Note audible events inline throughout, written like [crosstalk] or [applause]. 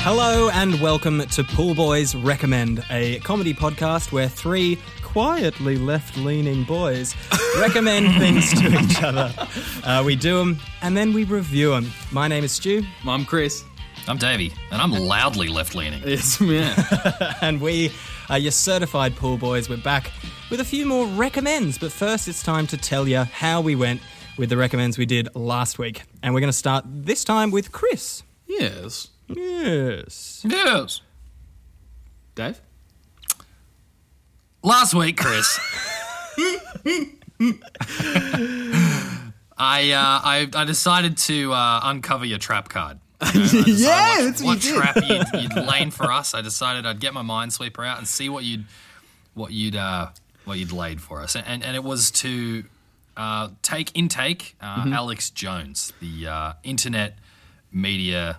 Hello and welcome to Pool Boys Recommend, a comedy podcast where three quietly left leaning boys recommend things to each other. Uh, we do them and then we review them. My name is Stu, I'm Chris. I'm Davey, and I'm loudly left leaning. It's yeah. and we are your certified pool boys. We're back with a few more recommends, but first it's time to tell you how we went with the recommends we did last week. And we're going to start this time with Chris. yes. Yes. Yes. Dave? Last week, Chris. [laughs] I, uh, I I decided to uh, uncover your trap card. You know, I decided Yeah, what, that's what what you trap [laughs] you'd, you'd lane for us. I decided I'd get my minesweeper out and see what you'd what you'd uh, what you'd laid for us, and and it was to uh, take intake uh, Mm-hmm. Alex Jones, the uh, internet media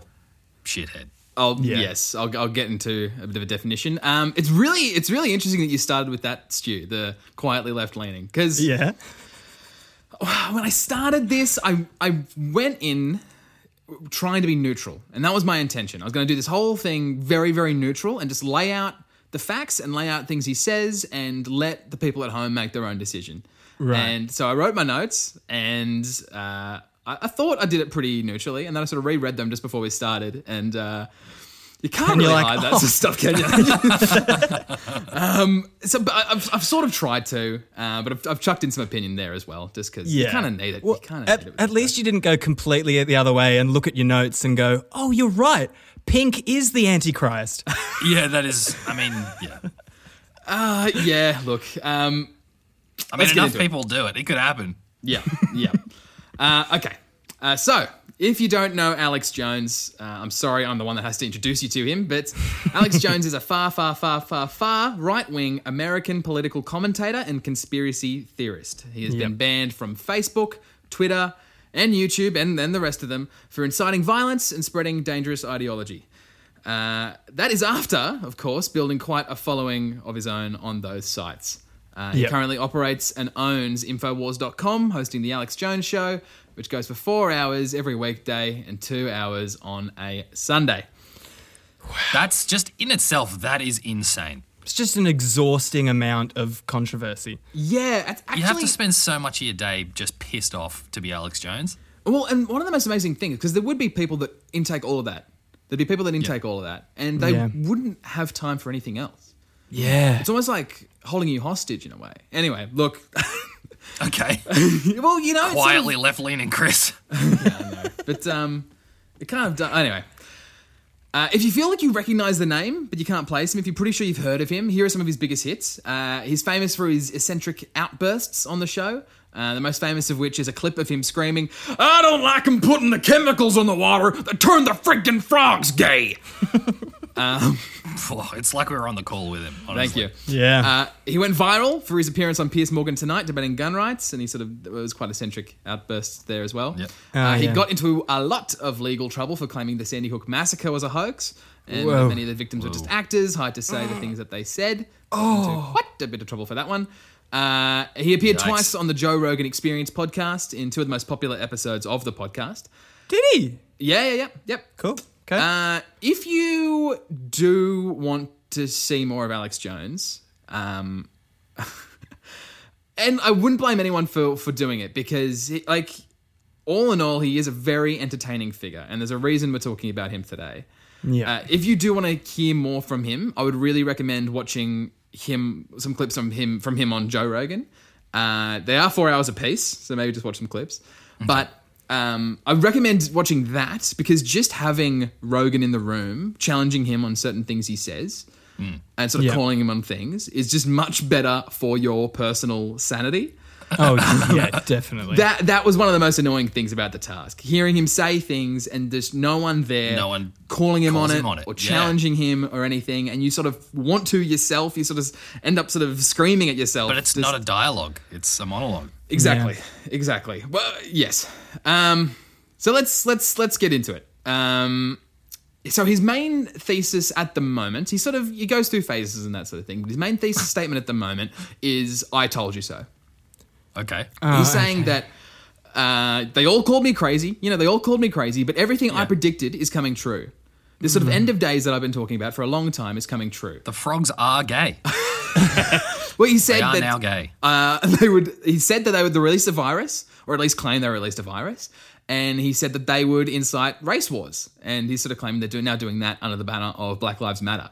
shithead. I'll, Yeah. Yes, I'll, I'll get into a bit of a definition. Um, it's really it's really interesting that you started with that, Stu, the quietly left leaning. Because Yeah. when I started this, I, I went in trying to be neutral. And that was my intention. I was going to do this whole thing very, very neutral and just lay out the facts and lay out things he says and let the people at home make their own decision. Right. And so I wrote my notes and uh, I, I thought I did it pretty neutrally. And then I sort of reread them just before we started. And uh, you can't you're really like, "Oh." hide that sort of stuff, can you? [laughs] um, so but I- I've, I've sort of tried to, uh, but I've, I've chucked in some opinion there as well, just because you kind of need it. Well, you kind of at, need it. with at this least you didn't go completely the other way and look at your notes and go, "Oh, you're right. Pink is the Antichrist." [laughs] Yeah, that is. I mean, yeah. Uh, yeah, look. Um, I Let's mean, get enough into it. people do it. It could happen. yeah, yeah. Uh, okay. Uh, so, if you don't know Alex Jones, uh, I'm sorry, I'm the one that has to introduce you to him, but Alex Jones is a far, far, far, far, far right wing American political commentator and conspiracy theorist. He has been banned from Facebook, Twitter, and YouTube, and then the rest of them, for inciting violence and spreading dangerous ideology. Uh, that is after, of course, building quite a following of his own on those sites. Uh, He Yep. currently operates and owns Infowars.com, hosting The Alex Jones Show, which goes for four hours every weekday and two hours on a Sunday. That's just in itself. That is insane. It's just an exhausting amount of controversy. Yeah, it's actually. You have to spend so much of your day just pissed off to be Alex Jones. Well, and one of the most amazing things, because there would be people that intake all of that. There'd be people that intake all of that, and they Yeah. wouldn't have time for anything else. Yeah. It's almost like holding you hostage in a way. Anyway, look. [laughs] Okay, well, you know. it's sort [laughs] of- quietly left leaning Chris. [laughs] But um, it kind of do- anyway. Uh, if you feel like you recognize the name but you can't place him, if you're pretty sure you've heard of him, here are some of his biggest hits. Uh, he's famous for his eccentric outbursts on the show. Uh, the most famous of which is a clip of him screaming, "I don't like him putting the chemicals in the water that turn the freaking frogs gay." Phew, It's like we were on the call with him. Thank Honestly. you. Yeah. Uh, he went viral for his appearance on Piers Morgan Tonight debating gun rights, and he sort of it was quite eccentric outbursts there as well. Yep. Uh, he Oh, yeah. got into a lot of legal trouble for claiming the Sandy Hook massacre was a hoax, and Whoa. many of the victims were just actors hired [gasps] to say the things that they said. Oh, what a bit of trouble for that one. Uh, he appeared Yikes. twice on the Joe Rogan Experience podcast in two of the most popular episodes of the podcast. Did he? Yeah, yeah, yeah, yep. Cool. Okay. Uh, if you do want to see more of Alex Jones, um, [laughs] and I wouldn't blame anyone for for doing it because, he, like, all in all, he is a very entertaining figure, and there's a reason we're talking about him today. yeah. Uh, if you do want to hear more from him, I would really recommend watching him some clips from him from him on Joe Rogan. Uh, they are four hours apiece, so maybe just watch some clips. But um, I recommend watching that because just having Rogan in the room, challenging him on certain things he says, and sort of Yeah. calling him on things is just much better for your personal sanity. [laughs] [laughs] oh, yeah, definitely. That that was one of the most annoying things about the task. Hearing him say things and there's no one there, No one calling him on, calls it him on it. or Yeah. challenging him or anything, and you sort of want to yourself. You sort of end up sort of screaming at yourself. But it's Just- not a dialogue. It's a monologue. exactly, exactly. Well, yes. Um, so let's let's let's get into it. Um, so his main thesis at the moment, he sort of he goes through phases and that sort of thing. But his main thesis statement at the moment is "I told you Oh, so." Okay. He's saying that uh, they all called me crazy. You know, they all called me crazy, but everything I predicted is coming true. This sort of end of days that I've been talking about for a long time is coming true. Mm-hmm. The frogs are [laughs] gay. Well, he said They are that now gay. uh, [laughs] they would. He said that they would release a virus, or at least claim they released a virus, and he said that they would incite race wars. And he sort of claimed they're doing, now doing that under the banner of Black Lives Matter.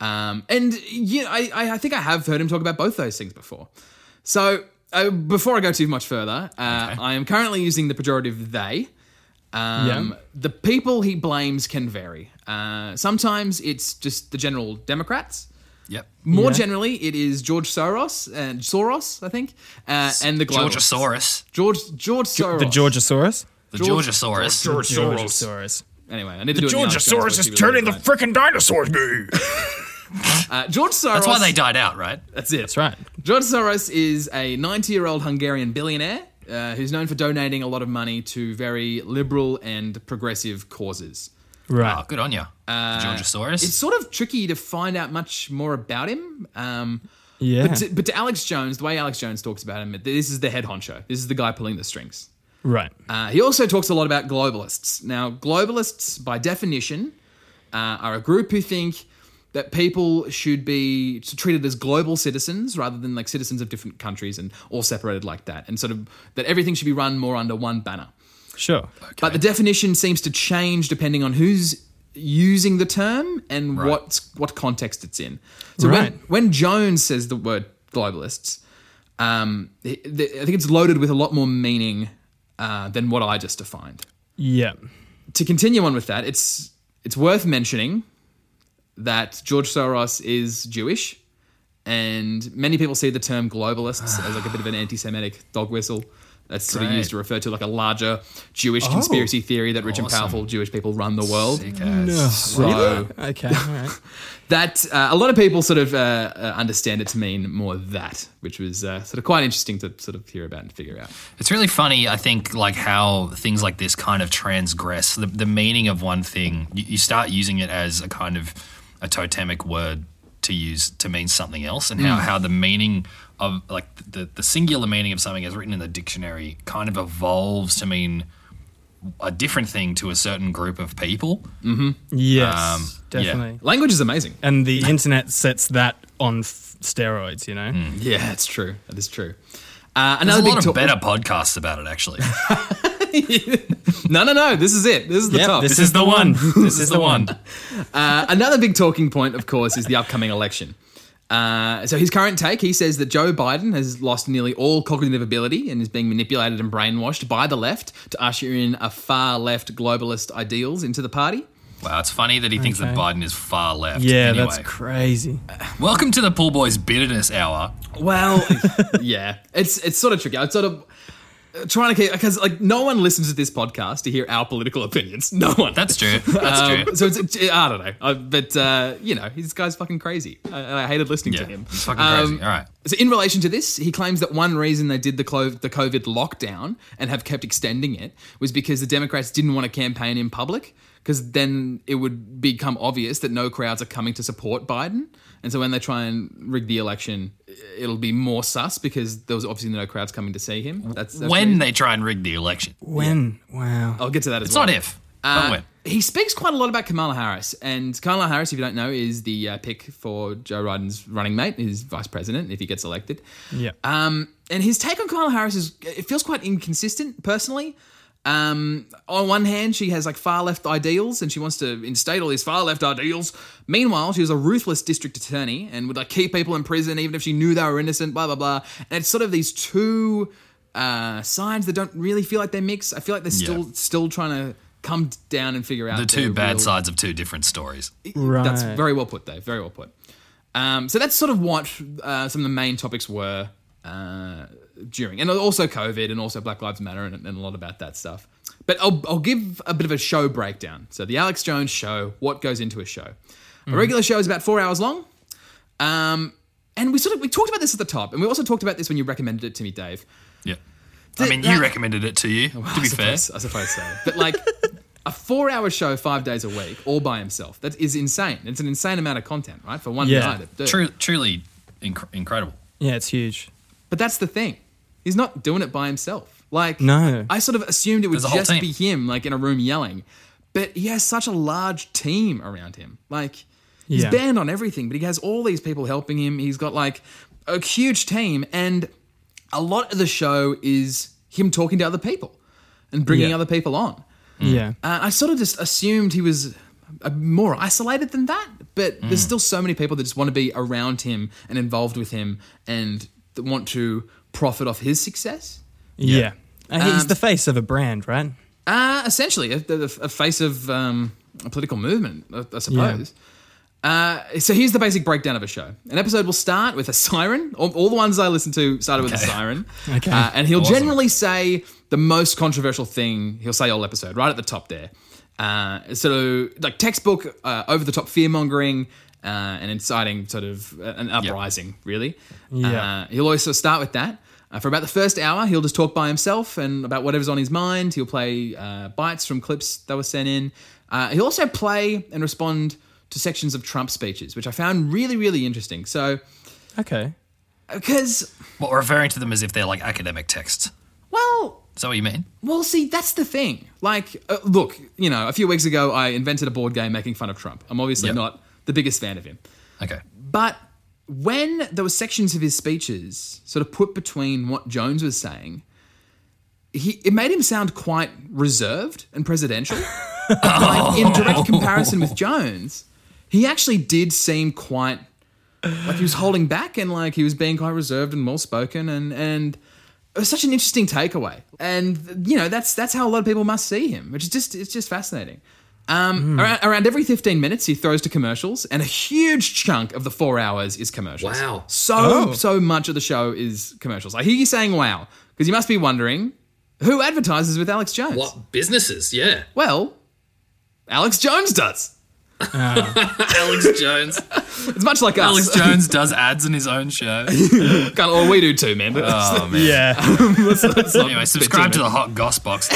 Um, and you know, I, I I think I have heard him talk about both those things before. So uh, before I go too much further, uh, I am currently using the pejorative they. Um, Yeah. The people he blames can vary. Uh, sometimes it's just the general Democrats. Yep. More Yeah. generally, it is George Soros and Soros, I think, uh, and the globalists. Georgiasaurus. George George Soros. The Georgiasaurus. The George- Georgiasaurus. Georgiasaurus. Anyway, I need to do it now, to be honest, it's really bad. frickin' dinosaurs gay. uh, George Soros. That's why they died out, right? That's it. That's right. George Soros is a 90 year old Hungarian billionaire uh, who's known for donating a lot of money to very liberal and progressive causes. Right. Uh, Oh, good on you. Georgiasaurus. It's sort of tricky to find out much more about him. Um, Yeah. But to, but to Alex Jones, the way Alex Jones talks about him, this is the head honcho. This is the guy pulling the strings. Right. Uh, he also talks a lot about globalists. Now, globalists, by definition, uh, are a group who think that people should be treated as global citizens rather than like citizens of different countries and all separated like that, and sort of that everything should be run more under one banner. Sure. But the definition seems to change depending on who's using the term and Right. what what context it's in. So Right. when when Jones says the word globalists, um, the- the- I think it's loaded with a lot more meaning uh, than what I just defined. Yeah. To continue on with that, it's it's worth mentioning that George Soros is Jewish, and many people see the term globalists as like a bit [sighs] of an anti-Semitic dog whistle. That's sort of Great. Oh, used to refer to like a larger Jewish conspiracy theory that rich and Awesome. powerful Jewish people run the world. Sick ass. So [laughs] Okay. All right. that uh, a lot of people sort of uh, uh, understand it to mean more that, which was uh, sort of quite interesting to sort of hear about and figure out. It's really funny, I think, like how things like this kind of transgress the, the meaning of one thing. You, you start using it as a kind of a totemic word to use to mean something else, and Hmm. how, how the meaning of like the, the singular meaning of something as written in the dictionary kind of evolves to mean a different thing to a certain group of people. Yes. Um, yeah. definitely. Language is amazing. And the internet sets that on f- steroids. You know. Yeah, that's true. That is true. Uh, There's another a big lot to- of better podcasts about it, [laughs] actually. [laughs] No, no, no. This is it. This is the Yep, top. this is the one. this is the one. Uh, another big talking point, of course, is the upcoming election. Uh, so his current take, he says that Joe Biden has lost nearly all cognitive ability and is being manipulated and brainwashed by the left to usher in a far left globalist ideals into [laughs] the party. Wow, it's funny that he thinks that Okay. Biden is far left. [laughs] Yeah, anyway. that's crazy. Welcome to the Pool Boys Bitterness Hour. Well, yeah, it's it's sort of tricky. I'm sort of uh, trying to keep because like no one listens to this podcast to hear our political [laughs] opinions. No one. That's true. [laughs] That's Um, true. so it's, it's- I don't know, uh, but uh, you know, this guy's fucking crazy, I- and I hated listening to Yeah, him. he's fucking Um, crazy. All right. So in relation to this, he claims that one reason they did the clo- the COVID lockdown and have kept extending it was because the Democrats didn't want to campaign in public because then it would become obvious that no crowds are coming to support Biden. And so when they try and rig the election, it'll be more sus because there was obviously no crowds coming to see him. That's, that's when reason. they try and rig the election. When? Wow. I'll get to that as It's well. not if, Uh, but when. He speaks quite a lot about Kamala Harris, and Kamala Harris, if you don't know, is the uh, pick for Joe Biden's running mate, his vice president, if he gets elected. Yeah. Um, and his take on Kamala Harris is it feels quite inconsistent personally. Um, on one hand, she has like far left ideals and she wants to instate all these far left ideals. Meanwhile, she was a ruthless district attorney and would like keep people in prison even if she knew they were innocent, blah, blah, blah. And it's sort of these two uh, sides that don't really feel like they mix. I feel like they're still Yeah. still trying to come down and figure out The two their bad real- sides of two different stories. right. That's very well put, Dave. Very well put. Um, so that's sort of what uh, some of the main topics were uh, during, and also COVID, and also Black Lives Matter, and, and a lot about that stuff. But I'll, I'll give a bit of a show breakdown. So the Alex Jones show, what goes into a show? A regular show is about four hours long. Um, and we sort of we talked about this at the top, and we also talked about this when you recommended it to me, Dave. Yeah. I Th- mean, that- you recommended it to [laughs] you, to be fair. I suppose so. But like a four-hour show, five days a week, all by himself—that is insane. It's an insane amount of content, right, for one Yeah. guy to do. Tru- truly inc- incredible. yeah, it's huge. But that's the thing. He's not doing it by himself. Like No. I sort of assumed it would There's a whole just team. be him like in a room yelling. But he has such a large team around him. Like he's Yeah. banned on everything, but he has all these people helping him. He's got like a huge team, and a lot of the show is him talking to other people and bringing Yeah. other people on. Yeah. Uh, I sort of just assumed he was uh, more isolated than that, but there's still so many people that just want to be around him and involved with him and that want to profit off his success. Yeah. Uh, he's Um, the face of a brand, right? Uh, essentially, a, a, a face of um, a political movement, I, I suppose. Uh, so here's the basic breakdown of a show. An episode will start with a siren. All, all the ones I listened to started with a siren. [laughs] Okay. Uh, and he'll Awesome. generally say the most controversial thing he'll say all episode, right at the top there. Uh, so, like textbook, uh, over the top fear mongering uh, and inciting sort of uh, an uprising, really. Yeah. Uh, he'll also start with that. Uh, for about the first hour, he'll just talk by himself and about whatever's on his mind. He'll play uh, bites from clips that were sent in. Uh, he'll also play and respond to sections of Trump speeches, which I found really, really interesting. So, uh, Okay. because, But referring to them as if they're like academic texts. well, Is that what you mean? Well, see, that's the thing. Like, uh, look, you know, a few weeks ago, I invented a board game making fun of Trump. I'm obviously Yep. not the biggest fan of him. Okay. But when there were sections of his speeches sort of put between what Jones was saying, he, it made him sound quite reserved and presidential. [laughs] like, in direct comparison with Jones, he actually did seem quite like he was holding back and like he was being quite reserved and well spoken and and it was such an interesting takeaway. And you know that's that's how a lot of people must see him, which is just it's just fascinating. Um, around, around every 15 minutes, he throws to commercials, and a huge chunk of the four hours is commercials. Wow. So, Oh. so much of the show is commercials. I hear you saying wow, because you must be wondering who advertises with Alex Jones? businesses? Yeah. Well, Alex Jones does. Alex Jones. [laughs] It's much like Alex us. [laughs] Jones does ads in his own show. kind of, or we do too, man. But [laughs] Oh man. [laughs] Yeah. Anyway, subscribe to the Hot Goss [laughs] Box.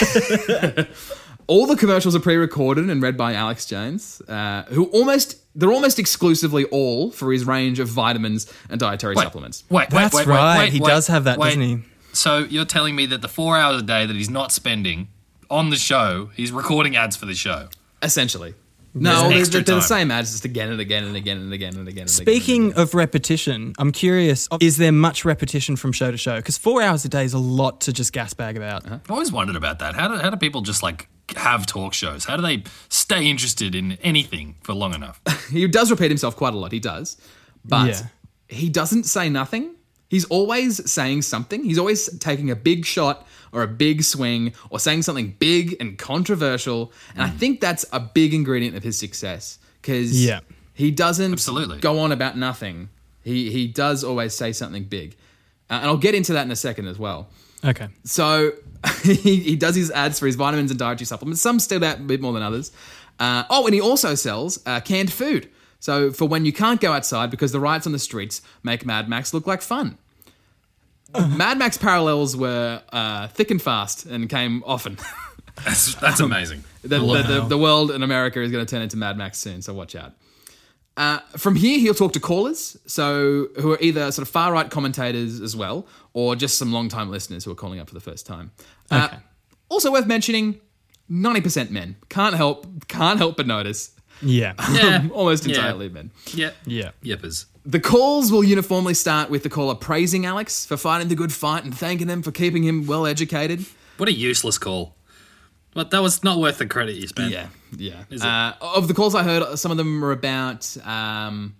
all the commercials are pre-recorded and read by Alex Jones, uh, who almost they're almost exclusively all for his range of vitamins and dietary supplements. Wait, wait, That's wait, wait, right. wait, He wait, does have that, wait. doesn't he? So you're telling me that the four hours a day that he's not spending on the show, he's recording ads for the show. Essentially, There's no, an they're, extra they're the time. same ads just again and again and again and again and again. and Speaking again of repetition, I'm curious, is there much repetition from show to show? Because four hours a day is a lot to just gas bag about. I've always wondered about that. How do how do people just like have talk shows? How do they stay interested in anything for long enough? and again. [laughs] he does repeat himself quite a lot. He does, but Yeah. he doesn't say nothing. He's always saying something. He's always taking a big shot or a big swing or saying something big and controversial. And Mm. I think that's a big ingredient of his success because Yeah. he doesn't Absolutely. go on about nothing. He he does always say something big, uh, and I'll get into that in a second as well. Okay. So [laughs] he, he does his ads for his vitamins and dietary supplements. Some stand out a bit more than others. Uh, oh, and he also sells uh, canned food. So for when you can't go outside because the riots on the streets make Mad Max look like fun. Mad Max parallels were uh, thick and fast and came often. [laughs] [laughs] That's, that's amazing. the, the, the, the world and America is going to turn into Mad Max soon, so watch out. Uh, from here, he'll talk to callers, so who are either sort of far right commentators as well, or just some long time listeners who are calling up for the first time. Uh, Okay. Also worth mentioning, ninety percent men. Can't help, can't help but notice. Yeah. Yeah. [laughs] Almost Yeah. entirely men. Yep. Yeah. Yippers. The calls will uniformly start with the caller praising Alex for fighting the good fight and thanking him for keeping him well educated. What a useless call. But that was not worth the credit you spent. Yeah, yeah. Is it? Uh, of the calls I heard, some of them were about um,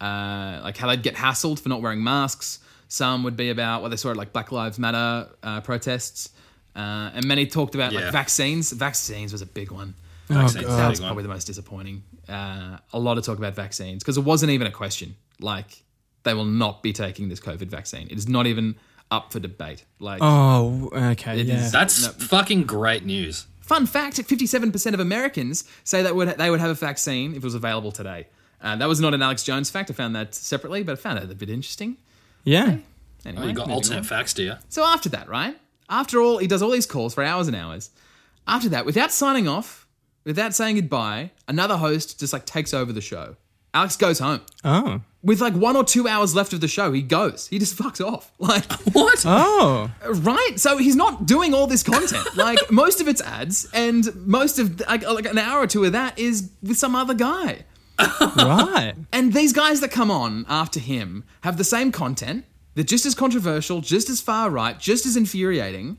uh, like how they'd get hassled for not wearing masks. Some would be about what they saw at like Black Lives Matter uh, protests, uh, and many talked about Yeah. like vaccines. Vaccines was a big one. Vaccines is God. a That big was one. probably the most disappointing. Uh, a lot of talk about vaccines because it wasn't even a question. Like they will not be taking this COVID vaccine. It is not even up for debate. Like Oh, okay. yeah. is- That's fucking great news. Fun fact: fifty-seven percent of Americans say that would they would have a vaccine if it was available today. Uh, that was not an Alex Jones fact. I found that separately, but I found it a bit interesting. yeah. Anyway, Oh, You got moving on. alternate facts, do you? So after that, right? After all, he does all these calls for hours and hours. After that, without signing off, without saying goodbye, another host just like takes over the show. Alex goes home. Oh. With like one or two hours left of the show, he goes. He just [laughs] fucks off. Like What? Oh. right? So he's not doing all this content. Like most of it's ads, and most of like, like an hour or two of that is with some other guy. right. And these guys that come on after him have the same content. They're just as controversial, just as far right, just as infuriating.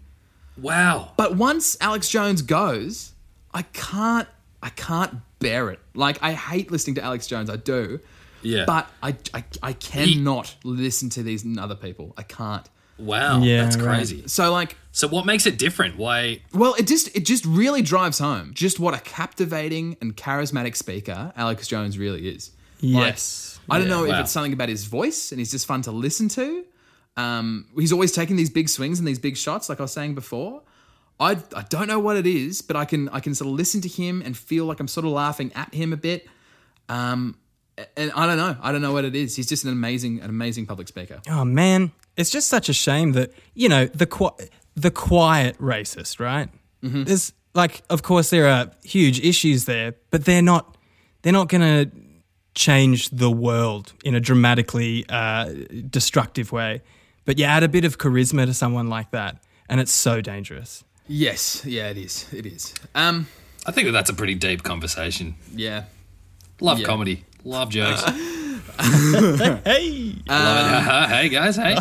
Wow. But once Alex Jones goes, I can't I can't bear it. Like I hate listening to Alex Jones, I do. Yeah. But I I, I cannot listen to these other people. I can't. Wow. Yeah, that's right. crazy. So like So what makes it different? Why? well, it just it just really drives home just what a captivating and charismatic speaker Alex Jones really is. Like, Yes. I don't know wow. if it's something about his voice and he's just fun to listen to. Um, he's always taking these big swings and these big shots, like I was saying before. I, I don't know what it is, but I can I can sort of listen to him and feel like I'm sort of laughing at him a bit. Um, and I don't know. I don't know what it is. He's just an amazing an amazing public speaker. Oh man, it's just such a shame that you know the qui- the quiet racist, right? There's like, of course, there are huge issues there, but they're not they're not going to change the world in a dramatically uh, destructive way. But you add a bit of charisma to someone like that, and it's so dangerous. Yes, yeah, it is. It is. Um, I think that that's a pretty deep conversation. yeah. Love Yeah. comedy. Love jokes. [laughs] Hey, Love it. Uh-huh. hey guys. Hey.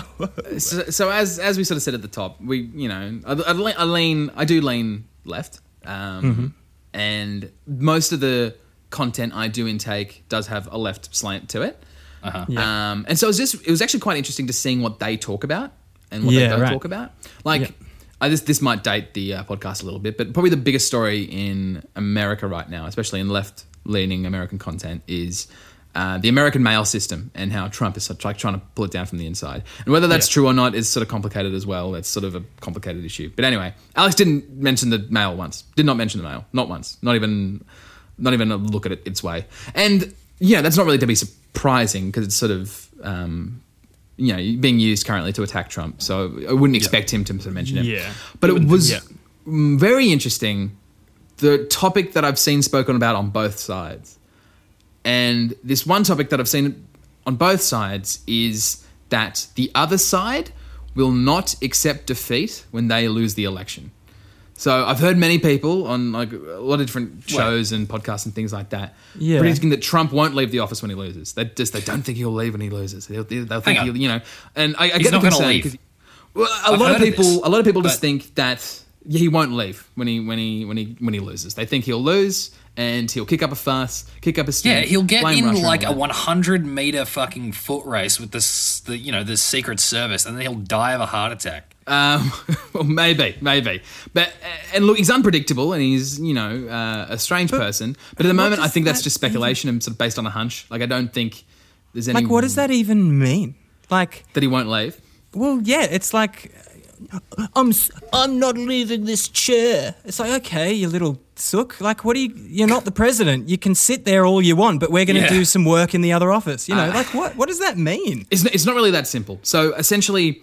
So, so as as we sort of said at the top, we you know I, I, le- I lean I do lean left, Mm-hmm. um, and most of the content I do intake does have a left slant to it. Uh-huh. Yeah. Um, and so it was just it was actually quite interesting to seeing what they talk about and what Yeah, they don't right. talk about. Like I, this this might date the uh, podcast a little bit, but probably the biggest story in America right now, especially in left leaning American content, is uh, the American mail system and how Trump is sort of like trying to pull it down from the inside. And whether that's true or not is sort of complicated as well. That's sort of a complicated issue. But anyway, Alex didn't mention the mail once. Did not mention the mail. Not once. Not even not even a look at it its way. And yeah, that's not really to be surprising because it's sort of um, you know being used currently to attack Trump. So I wouldn't expect him to sort of mention it. Yeah. but it was yeah. mm, very interesting. The topic that I've seen spoken about on both sides, and this one topic that I've seen on both sides is that the other side will not accept defeat when they lose the election. So I've heard many people on like a lot of different shows and podcasts and things like that Yeah. predicting that Trump won't leave the office when he loses. They just they don't think he'll leave when he loses. They'll, they'll think on. he'll, you know. And I, I He's get the not gonna concern leave. 'cause- well, a lot heard of of people, this, a lot of people just but- think that he won't leave when he when he when he when he loses. They think he'll lose and he'll kick up a fuss, kick up a stink. Yeah, he'll get blame in Russia and like all a that. 100 meter fucking foot race with this, the you know, the Secret Service, and then he'll die of a heart attack. Um, [laughs] well, maybe, maybe. But uh, and look, he's unpredictable, and he's you know uh, a strange person. But at the moment, I does think that's that just speculation and sort of based on a hunch. Like I don't think there's any like what does that even mean? Like, that he won't leave. well, yeah, it's like I'm s- I'm not leaving this chair. It's like, okay, you little sook. Like, what do you? You're not the president. You can sit there all you want, but we're going to Yeah. do some work in the other office. You know, Uh, like what? What does that mean? It's it's not really that simple. So essentially,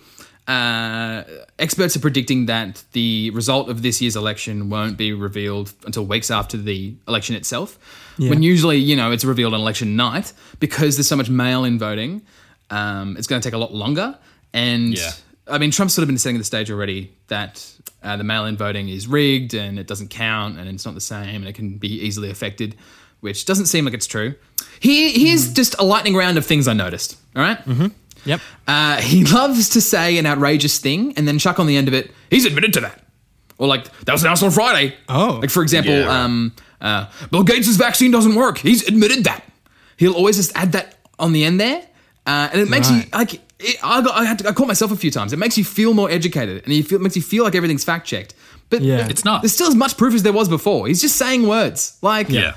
uh, experts are predicting that the result of this year's election won't be revealed until weeks after the election itself. When usually, you know, it's revealed on election night because there's so much mail-in voting. Um, it's going to take a lot longer, and Yeah. I mean, Trump's sort of been setting the stage already that uh, the mail-in voting is rigged and it doesn't count and it's not the same and it can be easily affected, which doesn't seem like it's true. Here, here's just a lightning round of things I noticed. All right? Mm-hmm. Yep. Uh, he loves to say an outrageous thing and then chuck on the end of it. He's admitted to that, or like that was announced on Friday. Oh. like for example, Yeah, right. um, uh, Bill Gates' vaccine doesn't work. He's admitted that. He'll always just add that on the end there, uh, and it makes you Right. like. It, I got, I, had to, I caught myself a few times. It makes you feel more educated, and you feel makes you feel like everything's fact checked. But Yeah. It's not. There's still as much proof as there was before. He's just saying words like Yeah.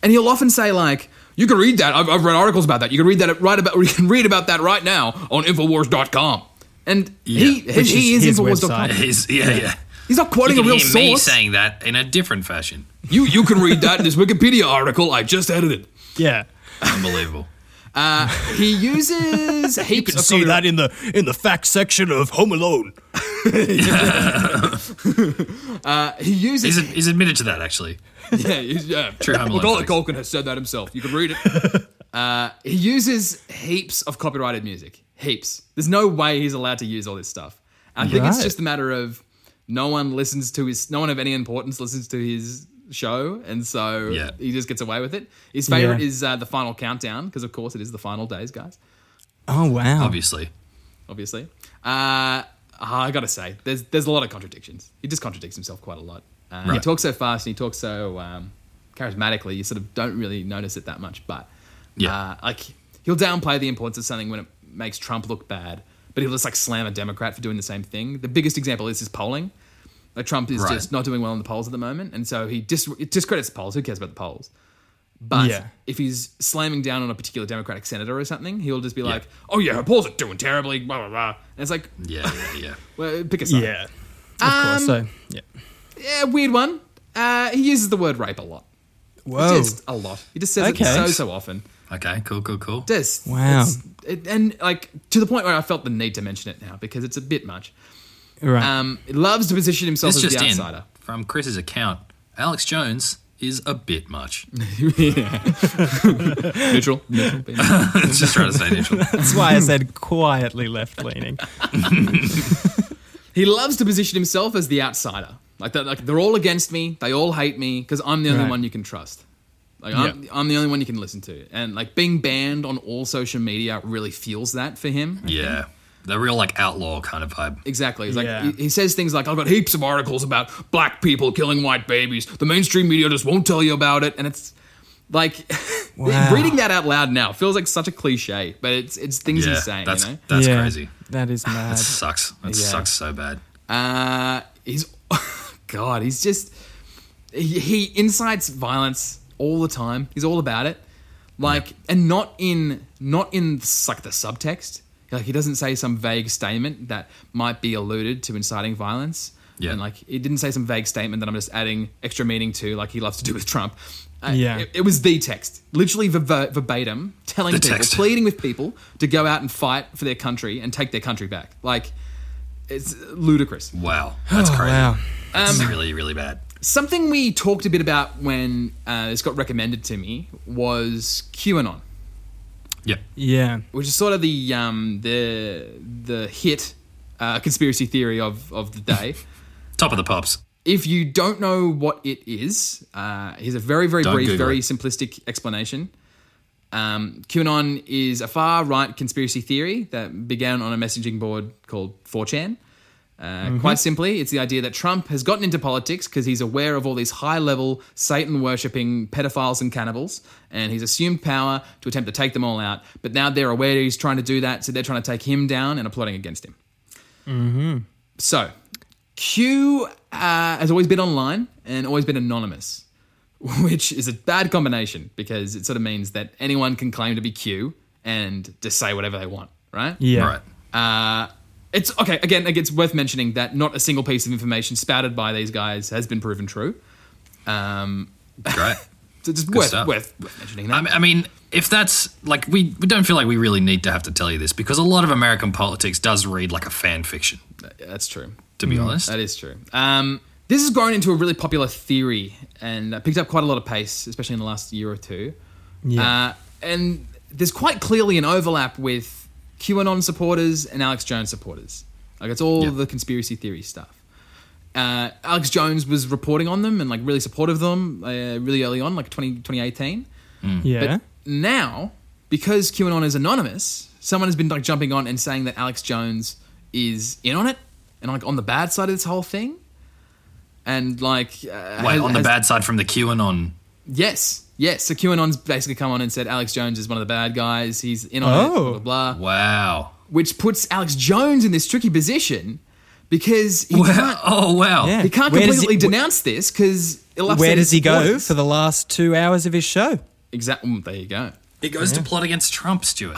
and he'll often say like, "You can read that. I've, I've read articles about that. You can read that right about. [laughs] You can read about that right now on Infowars.com." And he Which his, he is, is his Infowars.com. website. He's, yeah, yeah. He's not quoting You a can real hear me source. saying that in a different fashion. you you can read that in this Wikipedia article I just edited. Yeah. [laughs] Unbelievable. He uses heaps of copyright- in the in the facts section of Home Alone. He uses he's, he's admitted to that actually. [laughs] yeah, he's- yeah. True Home Alone Macaulay facts. Culkin has said that himself. You can read it. Uh, he uses heaps of copyrighted music. Heaps. There's no way he's allowed to use all this stuff. And I think it's Right. just a matter of no one listens to his, no one of any importance listens to his show, and so Yeah. he just gets away with it. His favorite Yeah. is uh, the final countdown because, of course, it is the final days, guys. Oh wow. obviously. Obviously, uh, I gotta say, there's there's a lot of contradictions. He just contradicts himself quite a lot. Uh, He Right. talks so fast and he talks so um, charismatically. You sort of don't really notice it that much, but Yeah. uh, like he'll downplay the importance of something when it makes Trump look bad, but he'll just like slam a Democrat for doing the same thing. The biggest example is his polling. Like Trump is Right. just not doing well in the polls at the moment, and so he dis- it discredits the polls. Who cares about the polls? But Yeah. if he's slamming down on a particular Democratic senator or something, he'll just be like, "Oh yeah, her polls are doing terribly." Blah blah blah. And it's like, Yeah, yeah, yeah. well, pick a side. Um, Yeah. Of course. So yeah. Yeah, weird one. Uh, he uses the word rape a lot. Whoa. Just a lot. He just says Okay. it so so often. Okay, cool, cool, cool. This. Wow. it's- It, and like to the point where I felt the need to mention it now because it's a bit much. Right. Um, he loves to position himself This as just the in outsider. [laughs] from Chris's account. Alex Jones is a bit [laughs] much. [laughs] Neutral. [laughs] Neutral. being- just trying to say neutral. That's why I said quietly left leaning. He loves to position himself as the outsider. Like they're, like they're all against me. They all hate me because I'm the only Right. one you can trust. Like I'm, I'm the only one you can listen to. And like being banned on all social media really feels that for him. Yeah, Mm-hmm. the real like outlaw kind of vibe. Exactly. He's like Yeah. he, he says things like I've got heaps of articles about black people killing white babies. The mainstream media just won't tell you about it. And it's like [laughs] Wow. reading that out loud now feels like such a cliche, but it's it's things Yeah, he's saying, that's you know. [laughs] that's Yeah, crazy. That [laughs] is mad. Sucks. That Yeah. sucks so bad. Uh, he's [laughs] God. He's just he, he incites violence all the time. He's all about it, like and not in not in like the subtext. Like he doesn't say some vague statement that might be alluded to inciting violence. Yeah. and like he didn't say some vague statement that I'm just adding extra meaning to, like he loves to do with Trump. Uh, Yeah. it, it was the text, literally verba- verbatim, telling The people, text. pleading with people to go out and fight for their country and take their country back. Like it's ludicrous. Wow, that's crazy. Oh, wow. That's Um, really really bad. Something we talked a bit about when uh, this got recommended to me was QAnon, Yep. Yeah. which is sort of the um, the the hit uh, conspiracy theory of of the [laughs] day. Top of the pops. if you don't know what it is, uh, here's a very very Don't brief, Google very it. simplistic explanation. Um, QAnon is a far right conspiracy theory that began on a messaging board called 4chan. Uh, Mm-hmm. Quite simply, it's the idea that Trump has gotten into politics because he's aware of all these high level Satan worshipping pedophiles and cannibals, and he's assumed power to attempt to take them all out. But now they're aware he's trying to do that, so they're trying to take him down and are plotting against him. So, Q uh, has always been online and always been anonymous, [laughs] which is a bad combination because it sort of means that anyone can claim to be Q and just say whatever they want, right? Right. Yeah. Uh, it's okay. Again, like, it's worth mentioning that not a single piece of information spouted by these guys has been proven true. Um, [laughs] Great. so just worth, stuff. worth worth mentioning that. I mean- I mean, if that's like we, we don't feel like we really need to have to tell you this because a lot of American politics does read like a fan fiction. That's true. To be honest, Mm. That is true. Um, this has grown into a really popular theory and uh, picked up quite a lot of pace, especially in the last year or two. Yeah. Uh, and there's quite clearly an overlap with QAnon supporters and Alex Jones supporters. Like it's all Yeah. the conspiracy theory stuff. Uh, Alex Jones was reporting on them and like really supportive of them uh, really early on, like 20, 2018. Yeah. But now, because QAnon is anonymous, someone has been like jumping on and saying that Alex Jones is in on it and like on the bad side of this whole thing. And like, uh, wait has- on the has- bad side from the QAnon. Yes, yes. So QAnon's basically come on and said Alex Jones is one of the bad guys. He's in on it. Blah Oh. blah. blah Wow. [laughs] which puts Alex Jones in this tricky position because he Wow. can't, Oh wow. Yeah. he can't Where does completely he- denounce this because Where does he go for the last two hours of his show? exactly? mm, There you go. He goes to plot against Trump, Stuart.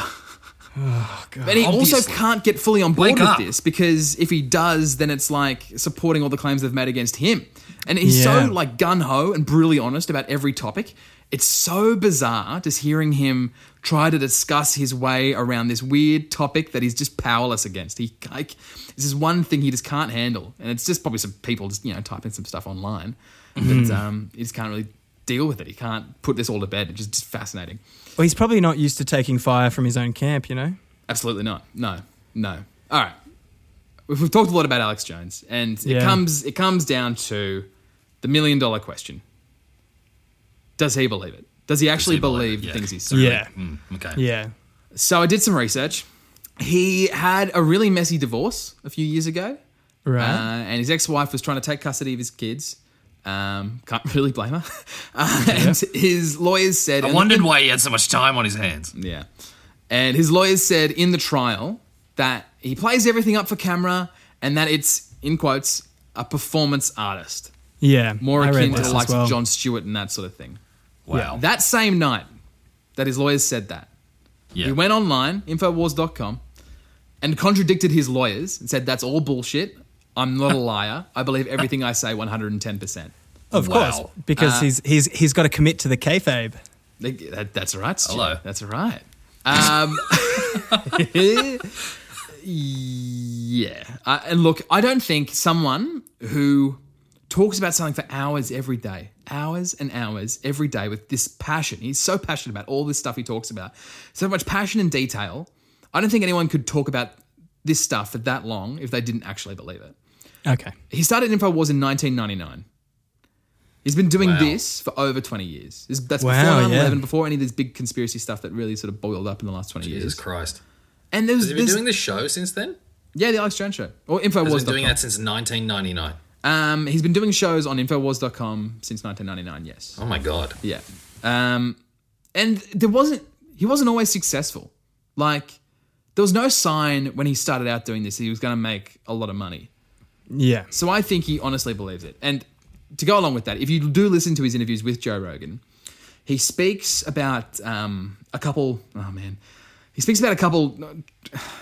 But he also Obviously. can't get fully on board Wake with up. this because if he does, then it's like supporting all the claims they've made against him. And he's Yeah. so like gun ho and brutally honest about every topic. It's so bizarre just hearing him try to discuss his way around this weird topic that he's just powerless against. He like this is one thing he just can't Hmm. handle, and it's just probably some people just you know typing some stuff online, but um, he just can't really deal with it. He can't put this all to bed. It's just fascinating. Well, he's probably not used to taking fire from his own camp, you know? Absolutely not. No, no. All right. We've, we've talked a lot about Alex Jones, and it Yeah. comes it comes down to the million dollar question: Does he believe it? Does he actually he believe it? believe, the Yeah. things he's saying? Yeah. Mm, okay. Yeah. So I did some research. He had a really messy divorce a few years ago, uh, Right. and his ex-wife was trying to take custody of his kids. Um, can't [laughs] really blame her. Uh, And his lawyers said, I wondered why he had so much time on his hands. yeah. And his lawyers said in the trial that he plays everything up for camera and that it's, in quotes, a performance artist. yeah. More I read akin to this the as likes well. of John Stewart and that sort of thing. Wow. That same night that his lawyers said that, Yeah. he went online, Infowars.com, and contradicted his lawyers and said, that's all bullshit. I'm not a liar. I believe everything I say 110%. Of Wow. course. Because Uh, he's, he's, he's got to commit to the kayfabe. Like, that- that's all right, Stu. Hello. That's all right. Um, [laughs] yeah. Uh, and look, I don't think someone who talks about something for hours every day, hours and hours every day with this passion, he's so passionate about all this stuff he talks about, so much passion and detail. I don't think anyone could talk about this stuff for that long if they didn't actually believe it. Okay. He started InfoWars in 1999. He's been doing Wow. this for over 20 years. This- That's Wow, before 9 11, yeah. before any of this big conspiracy stuff that really sort of boiled up in the last 20 Jesus years. Christ. And there's, Has he been there's doing this show since then? yeah, the Alex Jones show or He's been doing InfoWars.com. that since 1999. Um, he's been doing shows on InfoWars.com since 1999. Yes, Oh my god. yeah. Um, and there wasn't he wasn't always successful. Like there was no sign when he started out doing this that he was going to make a lot of money. Yeah. So I think he honestly believes it. And to go along with that, if you do listen to his interviews with Joe Rogan, he speaks about um, a couple. Oh man, he speaks about a couple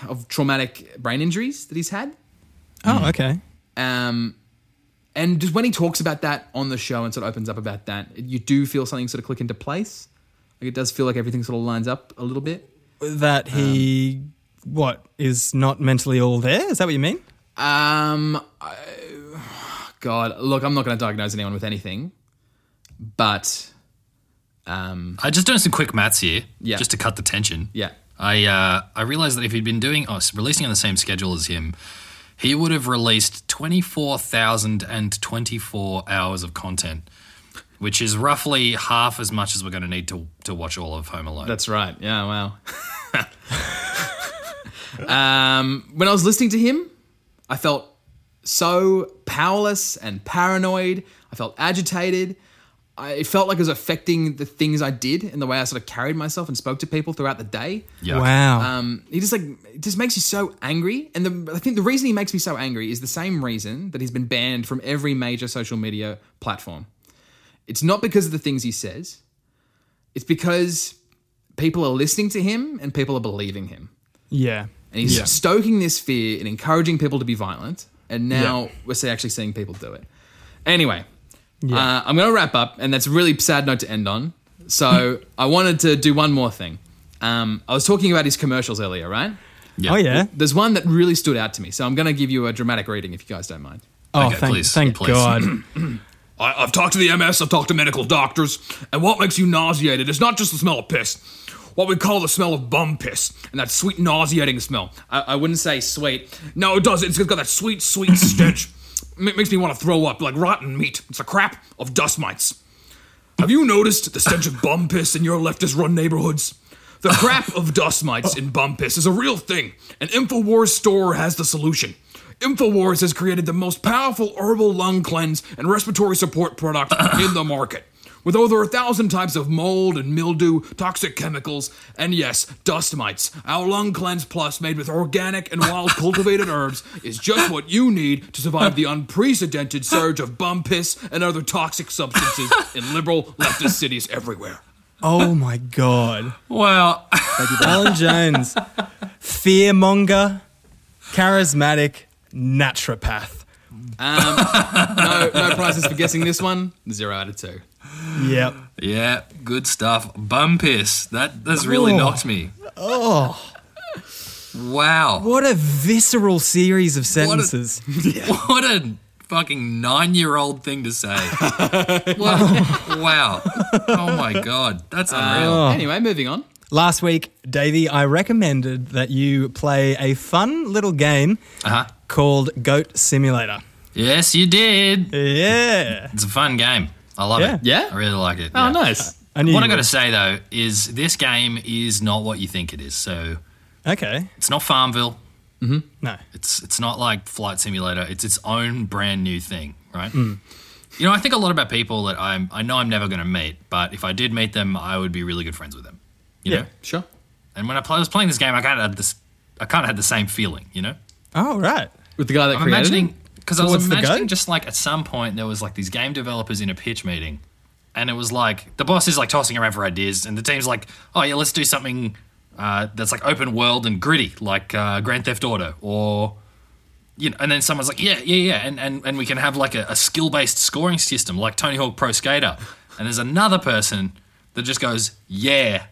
of traumatic brain injuries that he's had. Mm. Oh, okay. Um, and just when he talks about that on the show and sort of opens up about that, you do feel something sort of click into place. Like it does feel like everything sort of lines up a little bit. That he, what, is not mentally all there? Is that what you mean? Um, I, God, look, I'm not going to diagnose anyone with anything, but um, I just doing some quick maths here, Yeah. just to cut the tension. Yeah. I uh, I realized that if he'd been doing oh, releasing on the same schedule as him, he would have released twenty four thousand and twenty four hours of content, which is roughly half as much as we're going to need to to watch all of Home Alone. That's right. Yeah, wow. [laughs] um, when I was listening to him, I felt so powerless and paranoid. I felt agitated. I, it felt like it was affecting the things I did and the way I sort of carried myself and spoke to people throughout the day. Yuck. Wow. Um, he just like it just makes you so angry, and the, I think the reason he makes me so angry is the same reason that he's been banned from every major social media platform. It's not because of the things he says; it's because people are listening to him and people are believing him, yeah. and he's Yeah. stoking this fear and encouraging people to be violent. And now we're see- actually seeing people do it. Anyway, uh, I'm going to wrap up, and that's a really sad note to end on. [laughs] So I wanted to do one more thing. Um, I was talking about his commercials earlier, right? Oh, yeah. There's one that really stood out to me, so I'm going to give you a dramatic reading if you guys don't mind. Oh, Okay, thank, please, thank please. [clears throat] God. [laughs] I, I've talked to the MS, I've talked to medical doctors, and what makes you nauseated is not just the smell of piss, what we call the smell of bum piss, and that sweet, nauseating smell. I, I wouldn't say sweet. No, it does, it's got that sweet, sweet stench. It makes me want to throw up like rotten meat. It's the crap of dust mites. Have you noticed the stench of bum piss in your leftist run neighborhoods? The crap of dust mites in bum piss is a real thing, and InfoWars store has the solution. InfoWars has created the most powerful herbal lung cleanse and respiratory support product in the market. With over a thousand types of mold and mildew, toxic chemicals, and yes, dust mites, our Lung Cleanse Plus, made with organic and wild cultivated herbs, is just what you need to survive the unprecedented surge of bum piss and other toxic substances in liberal leftist cities everywhere. Oh, my God. Well, [laughs] Alan Jones, fear monger, charismatic naturopath. No, no prizes for guessing this one. Zero out of two. Yep. yeah, good stuff. Bum piss. That that's really Oh. knocked me. Oh. Wow. What a visceral series of sentences. What a fucking nine year old thing to [laughs] say. What? wow. Oh my God. That's unreal. Anyway, moving on. Last week, Davey, I recommended that you play a fun little game Uh-huh. called Goat Simulator. Yes, you did. Yeah. It's a fun game. I love it. Yeah. Yeah? I really like it. Oh, yeah. nice. I knew What I you got to say though is this game is not what you think it is. So would. Okay. it's not Farmville. No. It's it's not like Flight Simulator. It's its own brand new thing, right? You know, I think a lot about people that I'm I know I'm never going to meet, but if I did meet them, I would be really good friends with them. You Yeah. know? Sure. And when I, play, I was playing this game, I kind of had this I kind of had the same feeling, you know? Oh, right. With the guy that I'm created it? imagining because I was Towards the imagining goat? just like at some point there was like these game developers in a pitch meeting, and it was like the boss is like tossing around for ideas, and the team's like, oh yeah, let's do something uh, that's like open world and gritty, like uh, Grand Theft Auto, or you know, and then someone's like, yeah, yeah, yeah, and and, and we can have like a, a skill based scoring system like Tony Hawk Pro Skater, and there's another person that just goes, yeah,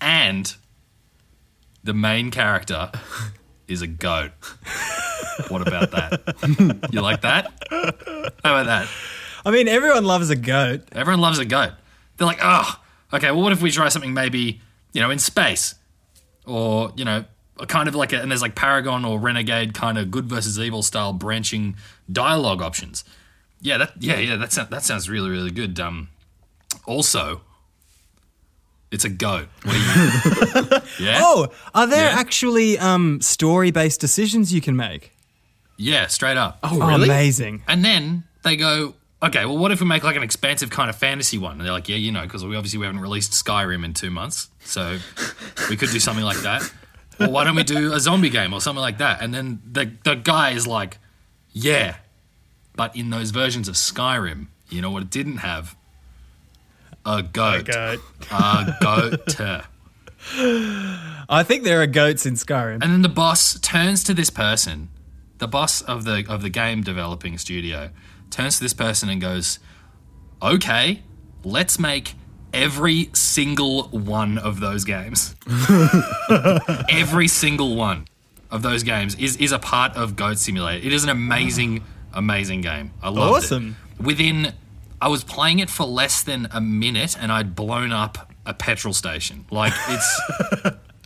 and the main character is a goat. What about that? you like that? How about that? I mean, everyone loves a goat. Everyone loves a goat. They're like, oh, okay, well, what if we try something maybe, you know, in space? Or, you know, a kind of like, a, and there's like Paragon or Renegade kind of good versus evil style branching dialogue options. Yeah, that, yeah, yeah, that, sound, that sounds really, really good. Um, also, it's a goat. What do you [laughs] Yeah? Oh, are there Yeah. actually um, story based decisions you can make? Yeah, straight up. Oh, amazing. And then they go, okay, well, what if we make like an expansive kind of fantasy one? And they're like, yeah, you know, because we obviously we haven't released Skyrim in two months, so we could do something like that. Or why don't we do a zombie game or something like that? And then the the guy is like, yeah, but in those versions of Skyrim, you know what it didn't have? A goat. Goat. A goat. I think there are goats in Skyrim. And then the boss turns to this person, the boss of the of the game developing studio, turns to this person and goes, "Okay, let's make every single one of those games. every single one of those games is is a part of Goat Simulator. It is an amazing, amazing game. I love it. Awesome. Within, I was playing it for less than a minute, and I'd blown up a petrol station. Like it's.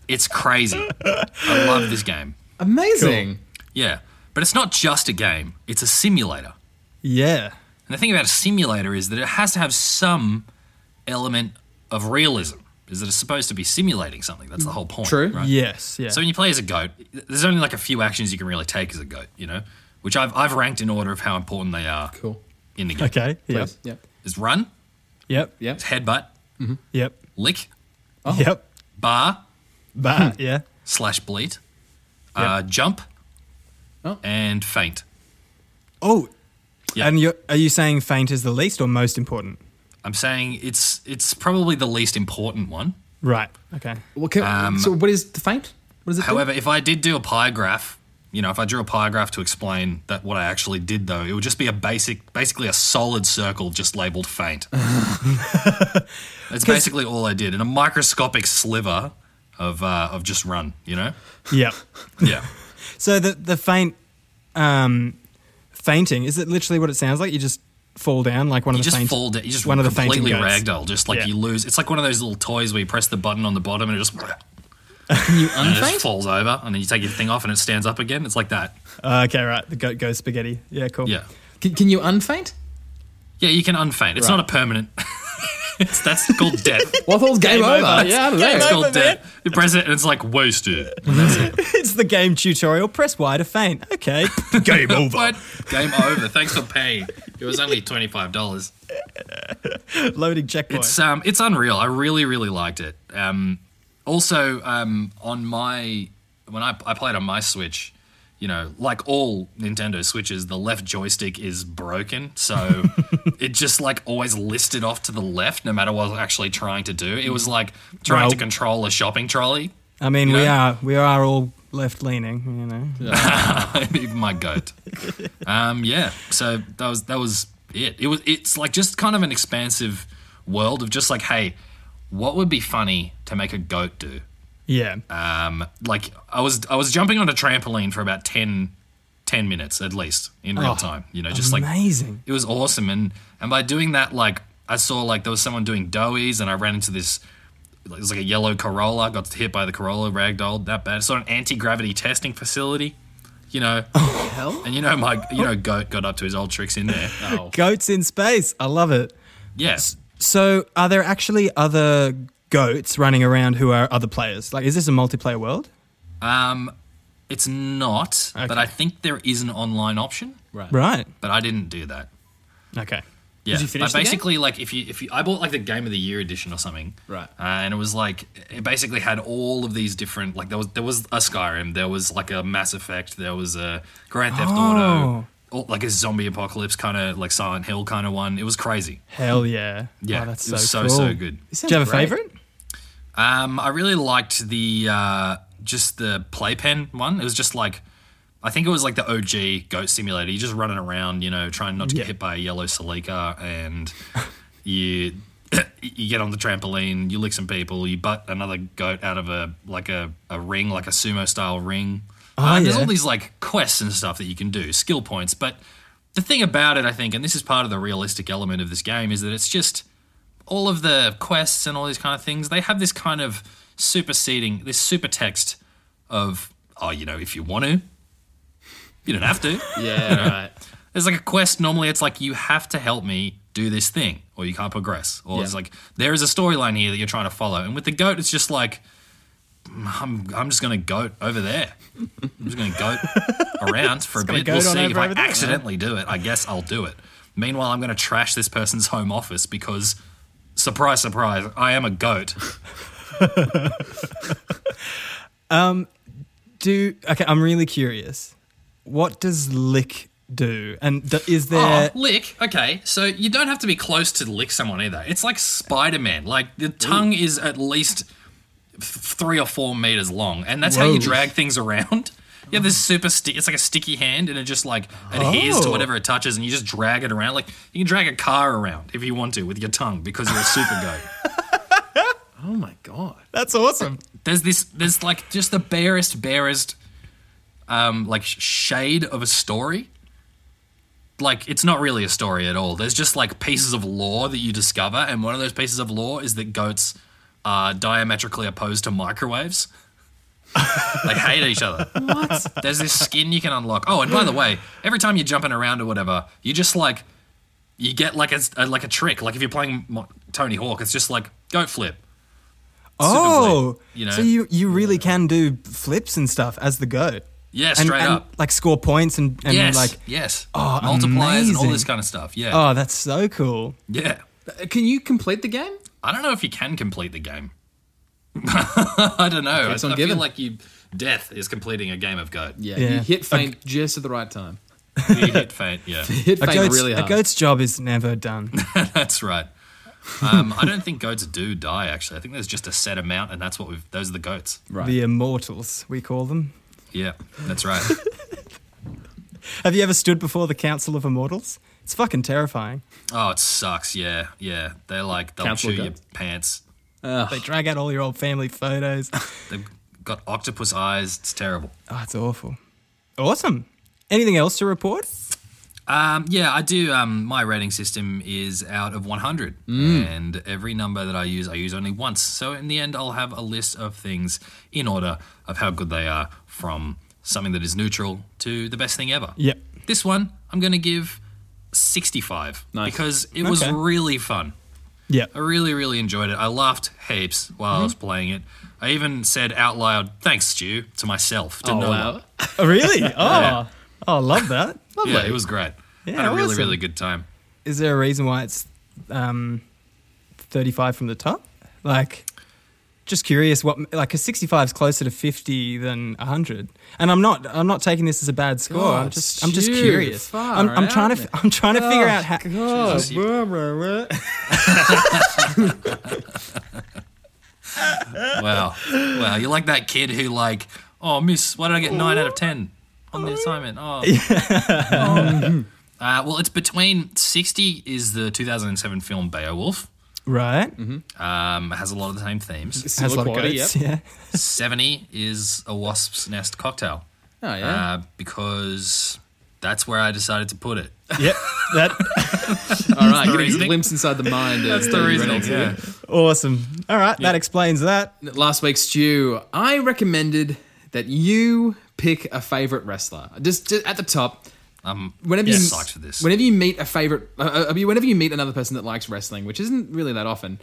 It's crazy. I love this game. Amazing. Yeah. But it's not just a game, it's a simulator. yeah. And the thing about a simulator is that it has to have some element of realism, is that it's supposed to be simulating something. That's the whole point. True. Right? Yes. Yeah. So when you play as a goat, there's only like a few actions you can really take as a goat, you know? Which I've, I've ranked in order of how important they are Cool. in the game. [laughs] okay. Yep. Please. Yep. Is run, Yep. Yep. Yep. headbutt, Yep. lick, Oh. Yep. bar, But Hmm. yeah. slash bleat, uh, jump, Oh. and faint. Oh. Yeah. And you're, are you saying faint is the least or most important? I'm saying it's it's probably the least important one. Right. Okay. Well, can, so what is the faint? What is it? do? However, if I did do a pie graph, you know, if I drew a pie graph to explain that what I actually did though, it would just be a basic basically a solid circle just labeled [laughs] faint. That's basically all I did. And a microscopic sliver of uh, of just run, you [laughs] know? Yep. Yeah. So the the faint, um, fainting is it literally what it sounds like? You just fall down like one You of the just faint. fall down. You just one of the fainting completely goats. ragdoll. Just like Yeah. you lose. It's like one of those little toys where you press the button on the bottom and it just, Can you and it just unfaint? falls over, and then you take your thing off and it stands up again. It's like that. Uh, okay. Right. The goat goes spaghetti. Yeah. Cool. Yeah. Can, can you unfaint? Yeah, you can unfaint. It's Right. not a permanent. [laughs] it's, that's called death. Well, I thought it was game, Game over. over. Yeah, I don't know. Game It's over. called man. death. You press it and it's like wasted. [laughs] it's the game tutorial. Press Y to faint. [laughs] Okay. [laughs] game over. But game over. Thanks for paying. It was only twenty five dollars. Loading checkpoint. It's um, it's unreal. I really, really liked it. Um, also, um, on my when I I played on my Switch, you know, like all Nintendo Switches, the left joystick is broken, [laughs] so it just like always listed off to the left, no matter what I was actually trying to do. It was like trying to Well- control a shopping trolley. I mean, we know? are we are all left leaning. You know. [laughs] Even my goat. um, yeah. So that was that was it. It was it's like just kind of an expansive world of just like, hey, what would be funny to make a goat do? Yeah. Um, like I was I was jumping on a trampoline for about 10, ten minutes at least in real time. You know, just like Amazing. it was awesome and and by doing that like i saw like there was someone doing doughies and i ran into this it was like a yellow corolla got hit by the corolla ragdolled that bad I saw an anti-gravity testing facility you [laughs] know Oh, Hell? and you know my you know goat got up to his old tricks in there [laughs] Oh. Goats in space. I love it. yes So, are there actually other goats running around who are other players? Like, is this a multiplayer world? um it's not but i think there is an online option Right. Right. but i didn't do that Okay. Yeah, you finish but the game? basically, like if you if you, I bought like the game of the year edition or something, Right. Uh, and it was like it basically had all of these different like there was there was a Skyrim, there was like a Mass Effect, there was a Grand Oh. Theft Auto, or, like a zombie apocalypse kind of like Silent Hill kind of one. It was crazy. Hell yeah. Yeah, Wow, that's it so was so cool. so good. Do you have a Sounds great. favorite? Um, I really liked the uh, just the playpen one. It was just like I think it was like the OG Goat Simulator. You're just running around, you know, trying not to Yeah. get hit by a yellow Salika, and you [clears throat] you get on the trampoline, you lick some people, you butt another goat out of a like a, a ring, like a sumo style ring. Ah, and There's yeah. all these like quests and stuff that you can do, skill points. But the thing about it, I think, and this is part of the realistic element of this game, is that it's just all of the quests and all these kind of things, they have this kind of superseding, this super text of, oh, you know, if you want to, you don't have to. Yeah, right. There's like a quest, normally it's like, you have to help me do this thing, or you can't progress. Or it's Yeah. like, there is a storyline here that you're trying to follow. And with the goat, it's just like, I'm, I'm just going to goat over there. I'm just going to [laughs] goat around for a gonna bit. We'll goat on see if over I over there. accidentally do it. I guess I'll do it. Meanwhile, I'm going to trash this person's home office because, surprise, surprise, I am a goat. Do okay. I'm really curious. What does lick do? And d is there? Oh, lick. Okay, so you don't have to be close to lick someone either. It's like Spider Man. Like the tongue is at least f- three or four meters long, and that's how Whoa. you drag things [laughs] around. You have this super stick. It's like a sticky hand, and it just like adheres to Oh. whatever it touches, and you just drag it around. Like you can drag a car around if you want to with your tongue because you're a super goat. Oh my god. That's awesome. there's this there's like just the barest barest um like sh- shade of a story like it's not really a story at all there's just like pieces of lore that you discover and one of those pieces of lore is that goats are diametrically opposed to microwaves [laughs] they hate each other what there's this skin you can unlock oh and by the way every time you're jumping around or whatever you just like you get like a, a like a trick like if you're playing Mo- tony hawk it's just like goat flip Oh, you know? so you you really can do flips and stuff as the goat. yeah and, straight and, up like score points and, and yes, like yes, Oh, multipliers and all amazing. this kind of stuff. Yeah, oh that's so cool. yeah. [laughs] Uh, Can you complete the game? I don't know if you can complete the game. [laughs] I don't know. I, it's on I feel given. like you, death is completing a game of goat. Yeah. Yeah. You hit faint just at the right time. you hit faint. Yeah, Hit A faint goat's, really a hard. goat's job is never done. that's right. Um, I don't think goats do die. Actually, I think there's just a set amount, and that's what we've. Those are the goats. [laughs] Right. The immortals we call them. Yeah, that's right. Have you ever stood before the Council of Immortals? It's fucking terrifying. oh, it sucks. Yeah, yeah. They're like they'll Council chew your goats. pants. They drag out all your old family [laughs] photos. They've got octopus eyes. It's terrible. Oh, it's awful. Awesome. Anything else to report? Um, yeah, I do. Um, my rating system is out of 100, and every number that I use, I use only once. So in the end, I'll have a list of things in order of how good they are, from something that is neutral to the best thing ever. Yep. This one, I'm going to give 65 Nice. because it was Okay. really fun. Yep. I really, really enjoyed it. I laughed heaps while I was playing it. I even said out loud, "Thanks, Stu," to myself. To Oh, no wow. one. Oh, [laughs] really? Oh, oh, I love that. Yeah, it was great. I had a really, awesome. really good time. Is there a reason why it's um, 35 from the top? Like, just curious what like a 65 is closer to 50 than 100 and i'm not i'm not taking this as a bad score i'm God, just i'm just Stu, curious Oh, far I'm, I'm trying to out, Oh, f- i'm trying to figure out how Jesus, you- [laughs] Wow. Wow. You're like that kid who, like, oh, miss, why did I get nine out of 10 on the assignment? [laughs] Oh. Oh. Uh, well, it's between 60 is the 2007 film Beowulf. right Um, has a lot of [laughs] the same themes. has a lot Similar of quality, goats yep. yeah 70 is a wasp's nest cocktail. Oh, yeah. uh, because that's where I decided to put it. Yep, that All right, getting a reasoning. glimpse inside the mind. [laughs] That's the reasoning, yeah. [laughs] awesome. All right, that explains that. [laughs] Last week's stew, I recommended that you pick a favorite wrestler. Just, just at the top, I'm whenever you psyched for this. whenever you meet a favorite, uh, uh, whenever you meet another person that likes wrestling, which isn't really that often,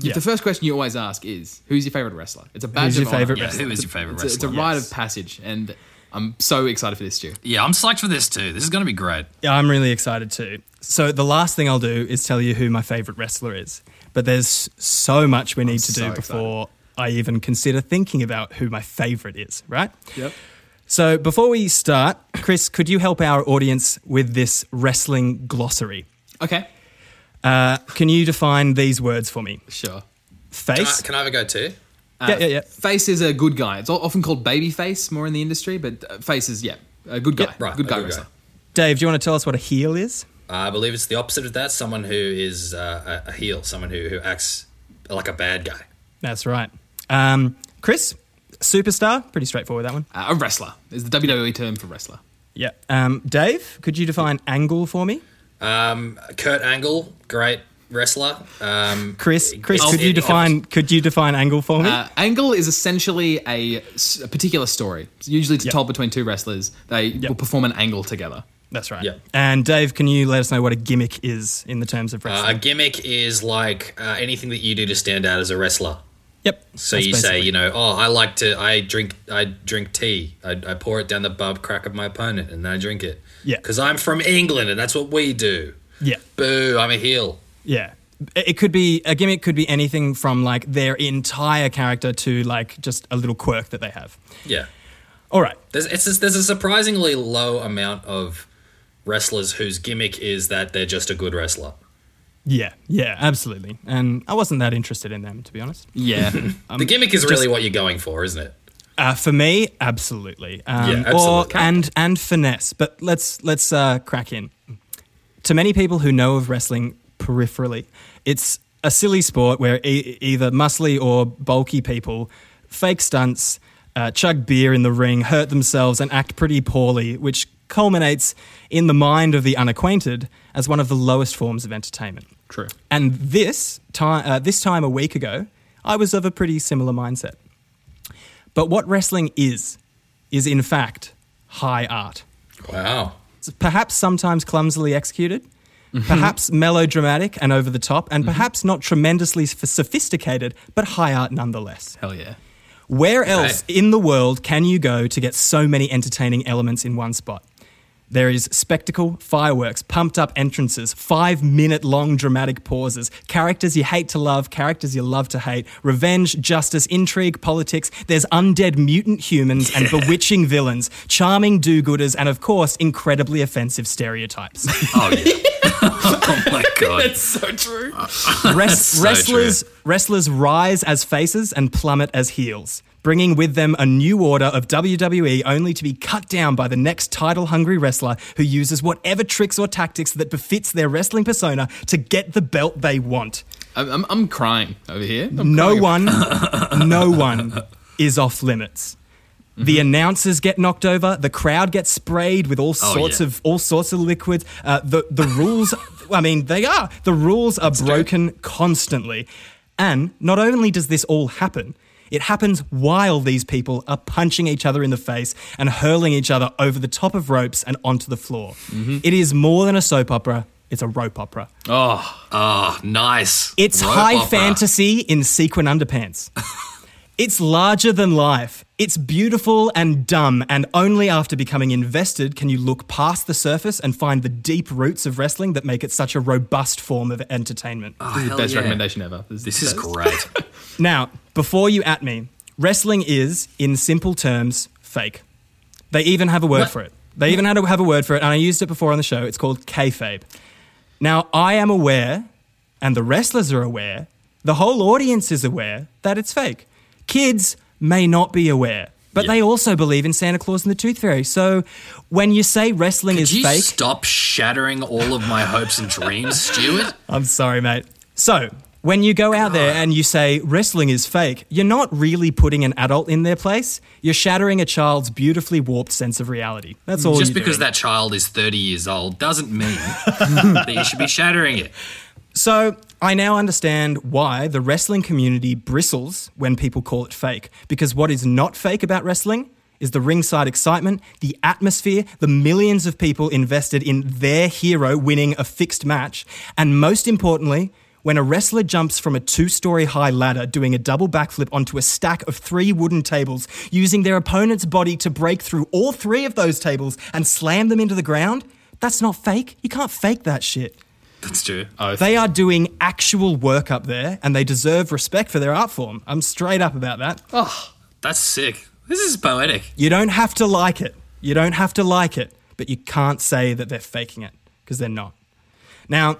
Yeah. the first question you always ask is, "Who's your favorite wrestler?" It's a badge Who's of your honor. favorite yeah, wrestler? who is your favorite It's a, wrestler? it's a rite of passage, and I'm so excited for this stew. yeah, I'm psyched for this too. This is going to be great. Yeah, I'm really excited too. So the last thing I'll do is tell you who my favorite wrestler is. But there's so much we need to so do before I even consider thinking about who my favorite is, right? Yep. So before we start, Chris, could you help our audience with this wrestling glossary? Okay. Uh, can you define these words for me? Sure. Uh, Face. I have a go too? yeah, yeah, yeah. Face is a good guy. It's o- often called baby face more in the industry, but uh, face is yeah, a good guy. right, Good a good guy guy. wrestler. Dave, do you want to tell us what a heel is? Uh, I believe it's the opposite of that. Someone who is uh, a, a heel, someone who, who acts like a bad guy. That's right. Um, Chris, superstar. Pretty straightforward that one. Uh, a wrestler is the WWE term for wrestler. Yeah. Um, Dave, could you define angle for me? Um, Kurt Angle, great wrestler. Um, Chris, Chris, it's- could you it- define could you define angle for me? Uh, angle is essentially a, s- a particular story. It's usually told between two wrestlers. They will perform an angle together. That's right. yeah. And Dave, can you let us know what a gimmick is in the terms of Uh, wrestling? a gimmick is like uh, anything that you do to stand out as a wrestler. yep. So That's you basically- say, you know, oh, I like to, I drink, I drink tea. I, I pour it down the bub crack of my opponent, and I drink it. Yeah. Because I'm from England, and that's what we do. Yeah. Boo! I'm a heel. Yeah. It it could be a gimmick could be anything from like their entire character to like just a little quirk that they have. Yeah. All right. There's it's just- there's a surprisingly low amount of wrestlers whose gimmick is that they're just a good wrestler. Yeah. Yeah, absolutely. And I wasn't that interested in them to be honest. Yeah. Um, the gimmick is really what you're going for, isn't it? Uh, for me, absolutely. Um, Yeah, Or, absolutely. and and finesse. But let's let's uh, crack in. To many people who know of wrestling peripherally, it's a silly sport where e- either muscly or bulky people fake stunts, uh, chug beer in the ring, hurt themselves, and act pretty poorly, which culminates in the mind of the unacquainted as one of the lowest forms of entertainment. True. And this time, uh, this time a week ago, I was of a pretty similar mindset. But what wrestling is, is in fact high art. Wow. It's perhaps sometimes clumsily executed, Mm-hmm. perhaps melodramatic and over the top, and perhaps not tremendously s- sophisticated, but high art nonetheless. Hell yeah. Where else in the world can you go to get so many entertaining elements in one spot? There is spectacle, fireworks, pumped up entrances, five minute long dramatic pauses, characters you hate to love, characters you love to hate, revenge, justice, intrigue, politics. There's undead mutant humans and bewitching villains, charming do gooders, and of course, incredibly offensive stereotypes. Oh yeah. oh my god. So true. [laughs] Wres- so wrestlers wrestlers rise as faces and plummet as heels, bringing with them a new order of WWE only to be cut down by the next title-hungry wrestler who uses whatever tricks or tactics that befits their wrestling persona to get the belt they want. I'm, I'm, I'm crying over here. I'm No crying. one [laughs] no one is off limits. Mm-hmm. The announcers get knocked over. The crowd gets sprayed with all Oh, sorts yeah. of all sorts of liquids. Uh, the the rules, I mean, they are the rules are broken constantly, and not only does this all happen, it happens while these people are punching each other in the face and hurling each other over the top of ropes and onto the floor. Mm-hmm. It is more than a soap opera. It's a rope opera. Oh, nice. It's Rope high opera. fantasy in sequin underpants. it's larger than life. It's beautiful and dumb, and only after becoming invested can you look past the surface and find the deep roots of wrestling that make it such a robust form of entertainment. Oh, This is the hell best yeah. recommendation ever. This the is best. great. Now, before you at me, wrestling is, in simple terms, fake. They even have a word for it. They even had to have a word for it, and I used it before on the show. It's called kayfabe. Now, I am aware, and the wrestlers are aware, the whole audience is aware that it's fake. Kids may not be aware, but they also believe in Santa Claus and the Tooth Fairy. So when you say wrestling is Did you fake, stop shattering all of my hopes and dreams, Stuart? I'm sorry, mate. So, When you go out there and you say wrestling is fake, you're not really putting an adult in their place. You're shattering a child's beautifully warped sense of reality. That's all. Just you're because doing. that child is 30 years old doesn't mean that you should be shattering it. So I now understand why the wrestling community bristles when people call it fake. Because what is not fake about wrestling is the ringside excitement, the atmosphere, the millions of people invested in their hero winning a fixed match, and most importantly, when a wrestler jumps from a two story high ladder doing a double backflip onto a stack of three wooden tables, using their opponent's body to break through all three of those tables and slam them into the ground, that's not fake. You can't fake that shit. That's true. They are doing actual work up there and they deserve respect for their art form. I'm straight up about that. That's sick. This is poetic. You don't have to like it. You don't have to like it, but you can't say that they're faking it because they're not. Now,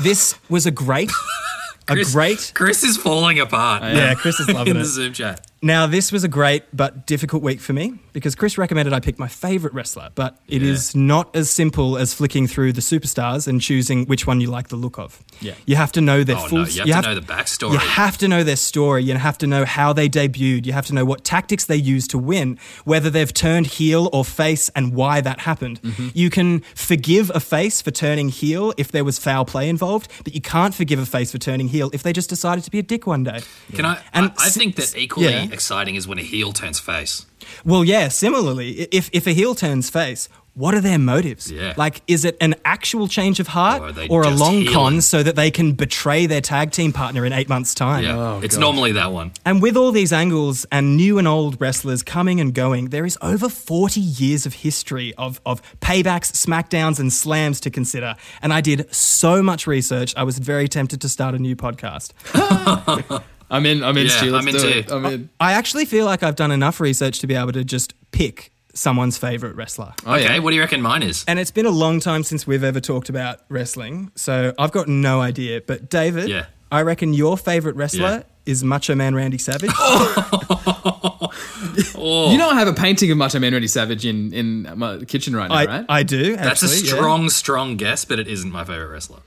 this was a great, a Chris, [laughs] great. Chris is falling apart Yeah, Chris is loving in the it. Zoom chat. Now, this was a great but difficult week for me because Chris recommended I pick my favorite wrestler, but it is not as simple as flicking through the superstars and choosing which one you like the look of. Yeah. You have to know their Oh, full no. You have to know the backstory. You have to know their story. You have to know how they debuted. You have to know what tactics they used to win, whether they've turned heel or face, and why that happened. Mm-hmm. You can forgive a face for turning heel if there was foul play involved, but you can't forgive a face for turning heel if they just decided to be a dick one day. Can I? And I, I si- think that equally yeah. exciting is when a heel turns face. Well, yeah, similarly, i- if, if a heel turns face, what are their motives? Yeah. Like, is it an actual change of heart Or are they or, a just long con healing? so that they can betray their tag team partner in eight months' time? Yeah, it's normally that one. And with all these angles and new and old wrestlers coming and going, there is over 40 years of history of, of paybacks, smackdowns, and slams to consider. And I did so much research, I was very tempted to start a new podcast. I'm in. I'm in. Yeah, Stu, let's I'm in do too. it. I'm in. I actually feel like I've done enough research to be able to just pick someone's favorite wrestler. Okay, yeah. what do you reckon mine is? And it's been a long time since we've ever talked about wrestling, so I've got no idea. But David, Yeah. I reckon your favorite Yeah. wrestler is Macho Man Randy Savage. [laughs] Oh. You know, I have a painting of Macho Man Randy Savage in in my kitchen right now, I, right? I do. That's a actually, yeah. strong, strong guess, but it isn't my favorite wrestler.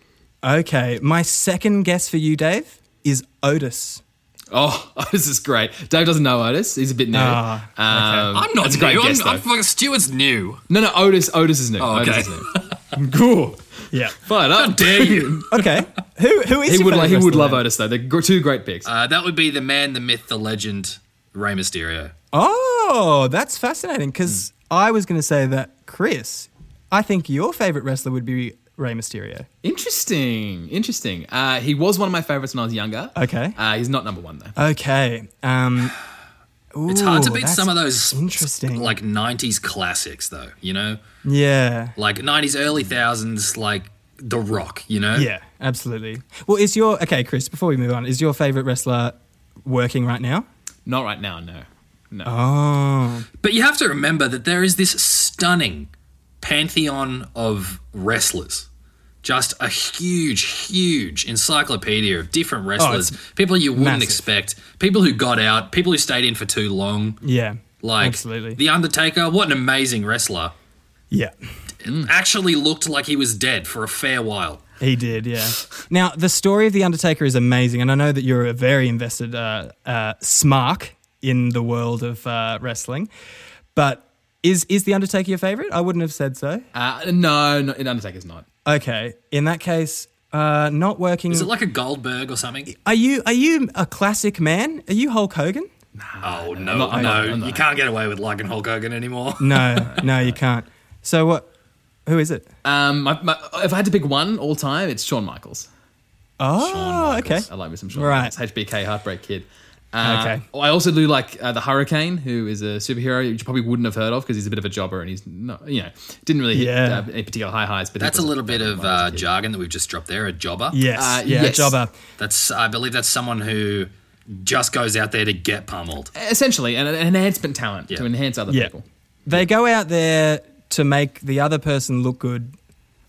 Okay, my second guess for you, Dave, is Otis. oh, [laughs] Otis is great. Dave doesn't know Otis. He's a bit new. Ah, Um, I'm not That's a new. great guess, I'm, I'm though. fucking Stewart's new. No, no, Otis. Otis is new. Oh, okay. Otis is new. cool. Yeah. But how dare you? [laughs] Okay. who who is He your would. favourite Like, he would wrestler love then? Otis though. They're gr- two great picks. Uh, that would be the man, the myth, the legend, Rey Mysterio. Oh, that's fascinating because Hmm. I was going to say that Chris, I think your favorite wrestler would be Rey Mysterio. Interesting. Interesting. Uh, he was one of my favorites when I was younger. Okay. Uh, he's not number one though. Okay. Um, It's hard to ooh, beat that's some of those Interesting. like '90s classics, though. You know, yeah. like '90s, early thousands, like The Rock. You know, Yeah. Absolutely. Well, is your okay, Chris? Before we move on, is your favorite wrestler working right now? Not right now. No. No. Oh, But you have to remember that there is this stunning pantheon of wrestlers. Just a huge, huge encyclopedia of Oh, different wrestlers. people you wouldn't massive. expect. People who got out. People who stayed in for too long. yeah. Like absolutely. The Undertaker, what an amazing wrestler. yeah. Mm. Actually looked like he was dead for a fair while. He did, yeah. Now, the story of The Undertaker is amazing, and I know that you're a very invested uh, uh, smark in the world of uh, wrestling, but is, is The Undertaker your favorite? I wouldn't have said so. Uh, no, no. Undertaker's not. Okay, in that case, uh, not working. Is it like a Goldberg or something? are, you, are you a classic man? Are you Hulk Hogan? Oh no, not- I'm no. not- I'm not. You can't get away with liking Hulk Hogan anymore. No, no, you can't. So, what? Who is it? Um, my, my, if I had to pick one all time, it's Shawn Michaels. Oh, okay. I like me some Ah, Shawn Right. Michaels. HBK Heartbreak Kid. Uh, Okay. oh, I also do like uh, the Hurricane, who is a superhero you probably wouldn't have heard of because he's a bit of a jobber and he's not, you know, didn't really hit Yeah. uh, any particular high highs. But he That's a was little bit of when I was a uh, kid. jargon that we've just dropped there. A jobber. Yes, Uh, yeah, yes. jobber. That's I believe that's someone who just goes out there to get pummeled. essentially an, an enhancement talent Yeah. to enhance other people. They go out there to make the other person look good,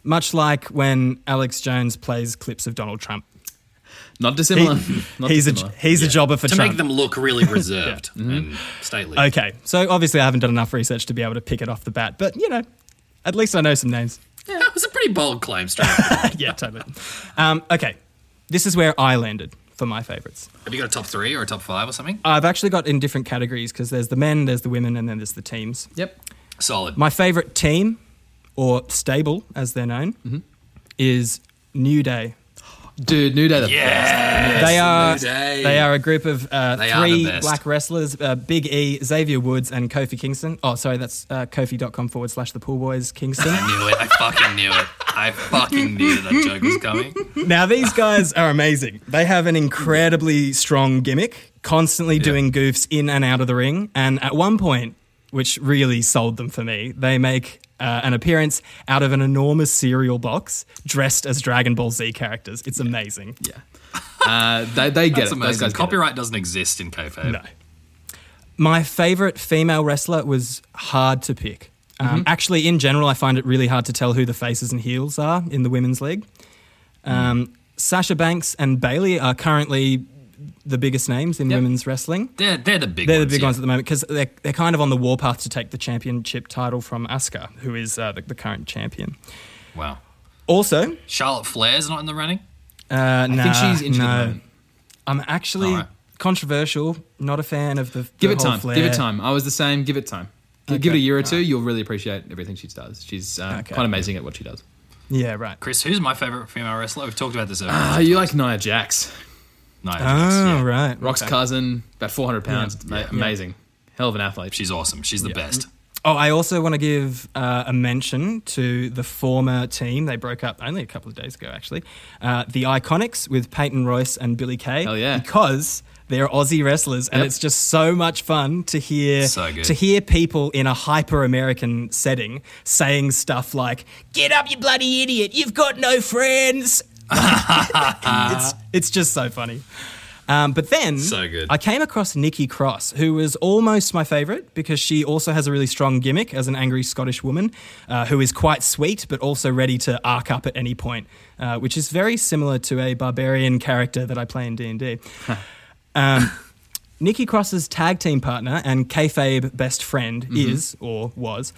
much like when Alex Jones plays clips of Donald Trump. [laughs] Not He- dissimilar. [laughs] Not he's a dissimilar. he's a jobber for To Trump. make them look [laughs] really reserved Mm-hmm. and stately. okay, so obviously I haven't done enough research to be able to pick it off the bat, but you know, at least I know some names. [laughs] [laughs] Yeah, that was a pretty bold claim straight. yeah, totally. Um, okay, This is where I landed for my favorites. Have you got a top three or a top five or something? I've actually got in different categories because there's the men, there's the women, and then there's the teams. Yep. Solid. My favorite team, or stable as they're known, Mm-hmm. is New Day. Dude, New Day the yeah. they are New Day. they are a group of uh, They are the three best. black wrestlers: uh, Big E, Xavier Woods, and Kofi Kingston. Oh, sorry, that's uh, kofi.com forward slash the Pool Boys [laughs] Kingston. I knew it. I fucking knew it. I fucking knew that joke was [laughs] coming. now these guys are amazing. They have an incredibly strong gimmick, constantly doing goofs in and out of the ring. And at one point, which really sold them for me, they make uh, an appearance out of an enormous cereal box dressed as Dragon Ball Z characters. It's amazing. best. Yeah. Uh, they, they get That's it. Those amazing. guys get it. Copyright doesn't exist in kayfabe. No. My favorite female wrestler was hard to pick. Um, actually, in general, I find it really hard to tell who the faces and heels are in the women's league. Um, Sasha Banks and Bailey are currently the biggest names in women's wrestling. They're, they're the big They're ones. the big yeah. ones at the moment because they're, they're kind of on the warpath to take the championship title from Asuka, who is uh, the, the current champion. Wow. Also, Charlotte Flair's not in the running. uh, I think she's injured at the moment. I'm actually Alright. controversial, not a fan of the. the Give it whole time. Flair. Give it time. I was the same. Give it time. G- Give it Okay. a year or two. You'll really appreciate everything she does. She's uh, Okay. quite amazing at what she does. Yeah, right. Chris, who's my favorite female wrestler? We've talked about this earlier. Uh, you like Nia Jax, Nia Jax, Oh, Ah. yeah. right. Rock's okay. cousin, about 400 pounds. Ma- Amazing. Hell of an athlete. She's awesome. She's the best. Mm. Oh, I also want to give uh, a mention to the former team. They broke up only a couple of days ago, actually. Uh, the Iconics with Peyton Royce and Billy Kay. Hell yeah. Because they're Aussie wrestlers, and Yep. it's just so much fun to hear So good. to hear people in a hyper American setting saying stuff like "Get up, you bloody idiot! You've got no friends." [laughs] it's it's just so funny. Um, but then So good. I came across Nikki Cross, who was almost my favourite because she also has a really strong gimmick as an angry Scottish woman uh, who is quite sweet but also ready to arc up at any point, uh, which is very similar to a barbarian character that I play in D and [laughs] D. Um, Nikki Cross's tag team partner and kayfabe best friend Mm-hmm. is or was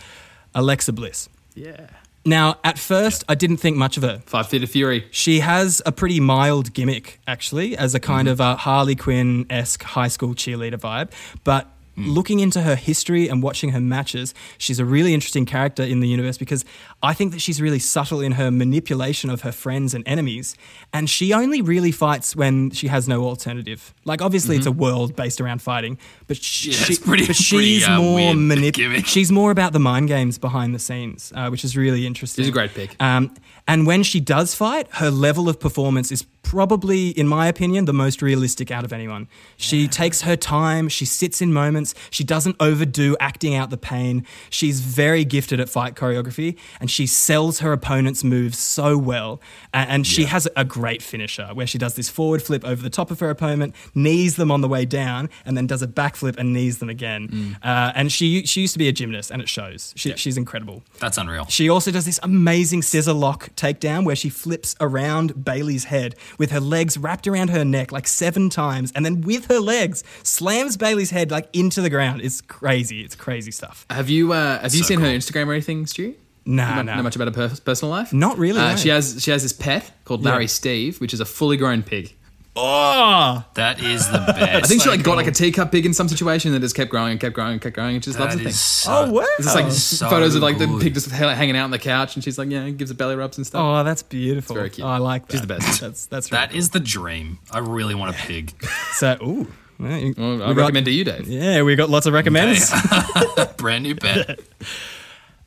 Alexa Bliss. Yeah. Now, at first, I didn't think much of her. Five Feet of Fury. She has a pretty mild gimmick, actually, as a kind Mm-hmm. of a Harley Quinn esque high school cheerleader vibe. But Mm. looking into her history and watching her matches, she's a really interesting character in the universe because I think that she's really subtle in her manipulation of her friends and enemies. And she only really fights when she has no alternative. Like, obviously, it's a world based around fighting, but, she, Mm-hmm. it's she- pretty- but she's pretty, uh, more weird manip- gimmick. She's more about the mind games behind the scenes, uh, which is really interesting. She's a great pick. Um, and when she does fight, her level of performance is probably, in my opinion, the most realistic out of anyone. She takes her time, she sits in moments, she doesn't overdo acting out the pain. She's very gifted at fight choreography and she sells her opponent's moves so well. A- And, she has a great finisher where she does this forward flip over the top of her opponent, knees them on the way down, and then does a backflip and knees them again. Mm. Uh, and she, she used to be a gymnast and it shows. She, She's incredible. That's unreal. She also does this amazing scissor lock takedown where she flips around Bailey's head with her legs wrapped around her neck like seven times and then with her legs slams Bailey's head like into the ground. It's crazy. It's crazy stuff. Have you uh, have you So seen her cool. Instagram or anything, Stu? Nah, Not nah. know much about her per- personal life. Not really, Uh, no. She has she has this pet called Larry Steve, which is a fully grown pig. Oh, That is the best. [laughs] I think she like got like a teacup pig in some situation and it just kept growing and kept growing and kept growing and she just loves the That thing. is oh so wow. It's just like so photos of like the good. pig just ha- hanging out on the couch and she's like, yeah, gives it belly rubs and stuff. oh, that's beautiful. very cute. Oh, I like that. She's the best. That's that's That really is the dream. I really want a pig. cool. so. Ooh, Well, you- Well, I Oh, we got- recommend to you, Dave. Yeah, we got lots of recommends. [laughs] Brand new pet.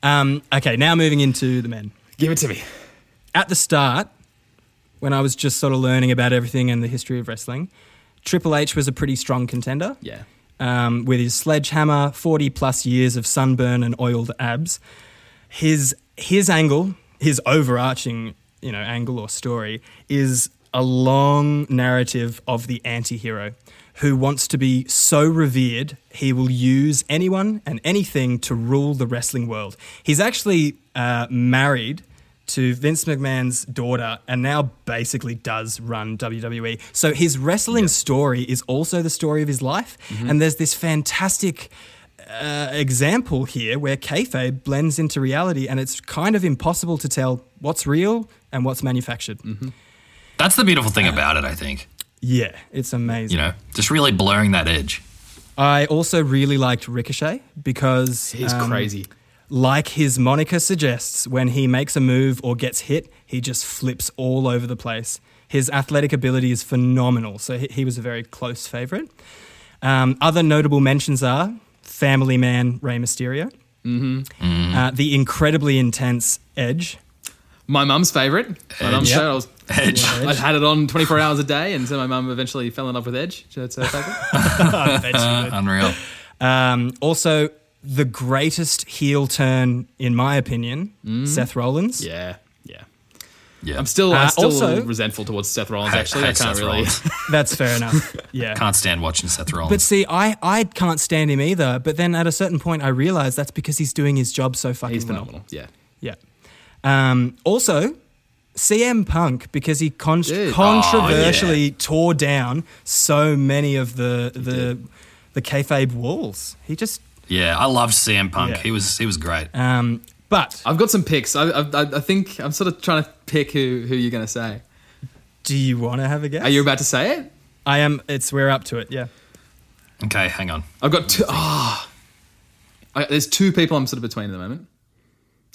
um, okay, now moving into the men. Give it to me. at the start, when I was just sort of learning about everything and the history of wrestling, Triple H was a pretty strong contender. Yeah. Um, with his sledgehammer, 40 plus years of sunburn and oiled abs. His, his angle, his overarching you know, angle or story, is a long narrative of the anti hero who wants to be so revered he will use anyone and anything to rule the wrestling world. He's actually uh, married to Vince McMahon's daughter and now basically does run WWE. So his wrestling story is also the story of his life. And there's this fantastic uh, example here where kayfabe blends into Mm-hmm. reality and it's kind of impossible to tell what's real and what's manufactured. That's the beautiful thing about it, I think. Yeah, it's amazing. You know, just really blurring that edge. I also really liked Ricochet because He's um, crazy. Like his moniker suggests, when he makes a move or gets hit, he just flips all over the place. His athletic ability is phenomenal, so he, he was a very close favorite. Um, other notable mentions are Family Man Rey Mysterio, Mm-hmm. Uh, the incredibly intense Edge. My mum's favorite. My mum's Yep. favorite. I was, Edge. I'd had it on 24 hours a day, and so my mum eventually fell in love with Edge. So it's her favorite. Uh, Unreal. Um, also, the greatest heel turn, in my opinion, Seth Rollins. Mm. yeah, yeah. Yeah. I'm still, Uh, I'm still also- resentful towards Seth Rollins. Hate- Actually, hate I can't Seth really. Rollins. [laughs] That's fair enough. Yeah. Can't stand watching Seth Rollins. But see, I, I can't stand him either. But then at a certain point, I realized that's because he's doing his job so fucking [laughs] He's well. phenomenal. Yeah. Yeah. Um, also, CM Punk because he con- Dude. Oh, controversially tore down so many of the the the kayfabe walls. He just yeah, I loved CM Punk. Yeah. He was he was great. um, but I've got some picks. I, I, I- I think I'm sort of trying to pick who, who you're going to say. do you want to have a guess? Are you about to say it? I am. It's we're up to it. Yeah. Okay, hang on. I've got two. Ah, I- there's two people I'm sort of between at the moment.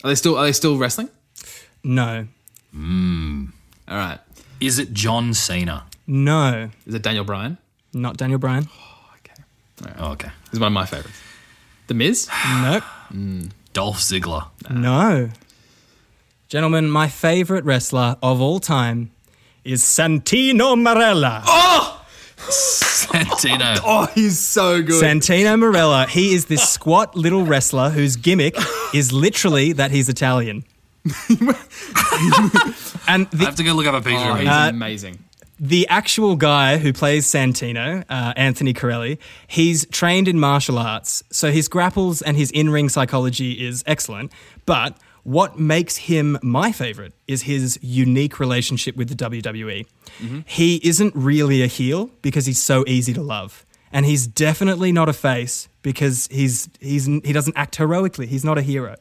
Are they still? Are they still wrestling? No. All right. Is it John Cena? No. Is it Daniel Bryan? Not Daniel Bryan. Okay. Oh, okay. He's one of my favorites. The Miz. Nope. Dolph Ziggler. [laughs] No. Gentlemen, my favorite wrestler of all time is Santino Marella. Santino. Oh, he's so good. Santino Marella. He is this squat little wrestler whose gimmick is literally that he's Italian. I and the, have to go look up a picture oh, of he's him. amazing. the actual guy who plays Santino, uh, Anthony Corelli, he's trained in martial arts, so his grapples and his in ring psychology is excellent. But what makes him my favorite is his unique relationship with the WWE. He isn't really a heel because he's so easy to love. And he's definitely not a face because he's, he's, he doesn't act heroically. He's not a hero.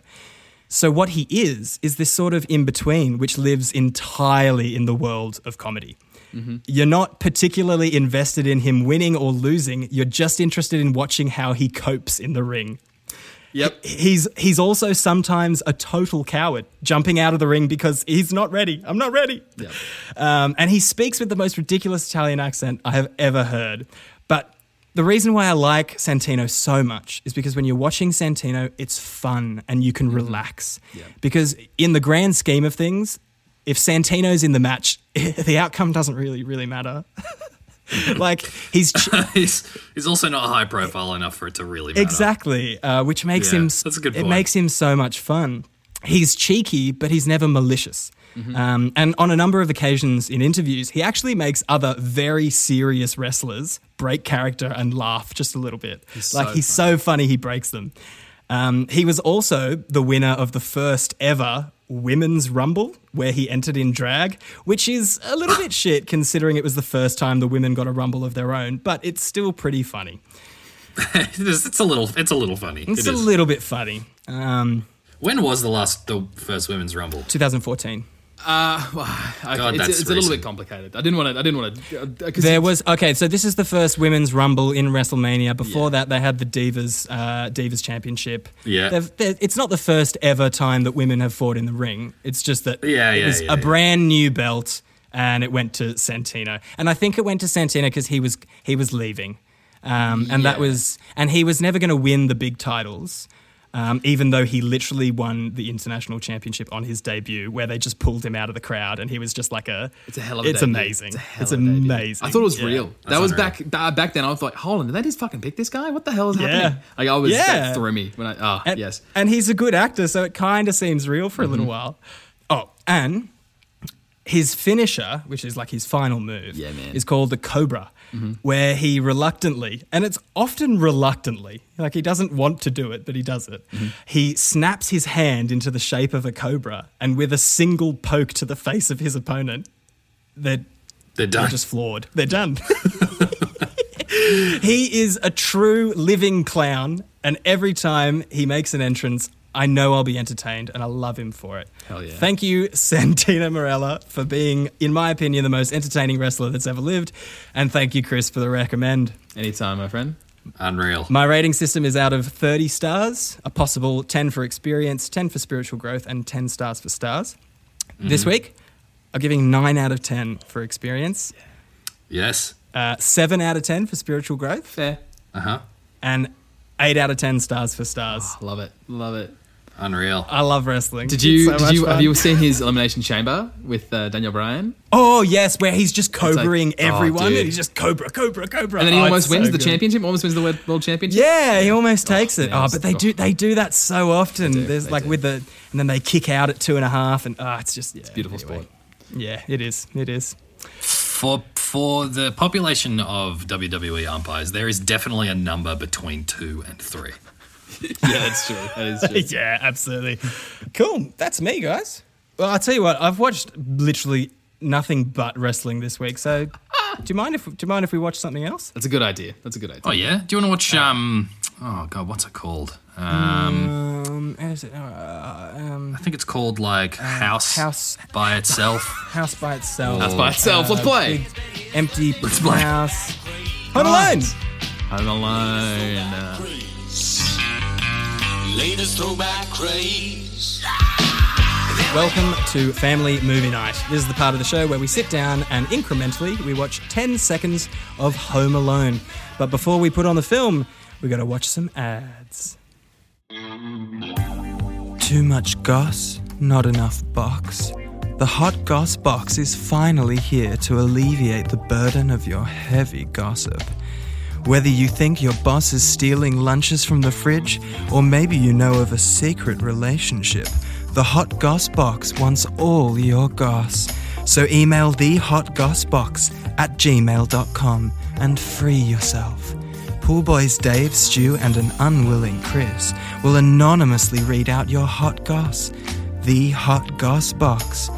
So, what he is, is this sort of in between, which lives entirely in the world of comedy. You're not particularly invested in him winning or losing, you're just interested in watching how he copes in the ring. Yep. He's, he's also sometimes a total coward, jumping out of the ring because he's not ready. I'm not ready. Um, and he speaks with the most ridiculous Italian accent I have ever heard. But the reason why I like Santino so much is because when you're watching Santino, it's fun and you can relax. Because in the grand scheme of things, if Santino's in the match, [laughs] the outcome doesn't really, really matter. [laughs] like he's ch- [laughs] He's, he's also not high profile enough for it to really matter. exactly, uh, which makes Yeah, him s- that's a good it point. makes him so much fun. He's cheeky, but he's never malicious. Mm-hmm. Um, and on a number of occasions in interviews, he actually makes other very serious wrestlers break character and laugh just a little bit. like so he's so funny, he breaks them. Um, he was also the winner of the first ever women's rumble where he entered in drag which is a little [laughs] bit shit considering it was the first time the women got a rumble of their own but it's still pretty funny It is- [laughs] it's a little it's a little funny. it's It a is. little bit funny um, when was the last the first women's rumble? 2014 Okay, God, it's that's it's a little recent. bit complicated. I didn't want to. I didn't uh, want to. There was okay, so this is the first women's rumble in WrestleMania. Before that, they had the Divas uh, Divas Championship. Yeah. They've- they're- it's not the first ever time that women have fought in the ring. It's just that Yeah, it yeah, was yeah, a yeah. brand new belt, and it went to Santino, and I think it went to Santino because he was he was leaving, um, and that Yeah. was and he was never going to win the big titles. Um, even though he literally won the international championship on his debut, where they just pulled him out of the crowd, and he was just like a, It's a hell of a it's debut. amazing, It's a hell it's of a debut. amazing. I thought it was Yeah. real. That That's was unreal. back uh, back then. I was like, Holland, did they just fucking pick this guy? What the hell is Yeah. happening? Like I was Yeah. that threw me when I ah And, yes. Mm-hmm. And he's a good actor, so it kind of seems real for a little while. Oh, and his finisher, which is like his final move, Yeah, man. Mm-hmm. is called the Cobra, where he reluctantly, and it's often reluctantly, like he doesn't want to do it, but he does it. Mm-hmm. He snaps his hand into the shape of a cobra, and with a single poke to the face of his opponent, they're They're they're done. just flawed. They're [laughs] done. he is a true living clown, and every time he makes an entrance, I know I'll be entertained, and I love him for it. Hell yeah. Thank you, [laughs] Santina Morella, for being, in my opinion, the most entertaining wrestler that's ever lived. And thank you, Chris, for the recommend. Anytime, my friend. Unreal. My rating system is out of 30 stars, a possible 10 for experience, 10 for spiritual growth, and 10 stars for stars. This week, I'm giving 9 out of 10 for experience, Yes. uh, 7 out of 10 for spiritual growth, Fair. Uh huh. and 8 out of 10 stars for stars. Love it. Love it. Unreal. I love wrestling. Did you, It's so did you much have fun. you seen his elimination chamber with uh, Daniel Bryan? Oh, yes, where he's just cobraing oh, everyone. and dude. he's just cobra, cobra, cobra. And then he Oh, it's almost so wins the good. championship. Almost wins the world world championship. Yeah, he almost takes it. man, oh, it's- but they oh. do they do that so often. do, There's they like do. with the and then they kick out at two and a half, and ah, it's just yeah, Beautiful anyway. sport. Yeah, it is. It is. For For the population of E WWE umpires, there is definitely a number between two and three. Yeah, that's true. That is [laughs] true. yeah, absolutely. Cool. That's me, guys. Well, I'll tell you what. I've watched literally nothing but wrestling this week. So, do you mind if do you mind if we watch something else? That's a good idea. That's a good idea. oh yeah, do you want to watch um oh god, what's it called? Um, Um, is it, uh, um I think it's called like House House- by itself. House [laughs] by itself. That's by itself. Let's Uh, play. big empty play. house. Home Alone. Home Alone. Uh, Latest throwback craze. Welcome to Family Movie Night. This is the part of the show where we sit down and incrementally we watch 10 seconds of Home Alone. But before we put on the film, we got to watch some ads. Too much goss, not enough box. The Hot Goss Box is finally here to alleviate the burden of your heavy gossip. Whether you think your boss is stealing lunches from the fridge, or maybe you know of a secret relationship, the Hot Goss Box wants all your goss. So email the Hot Goss Box at gmail.com and free yourself. Pool boys Dave, Stu, and an unwilling Chris will anonymously read out your hot goss. The Hot Goss Box.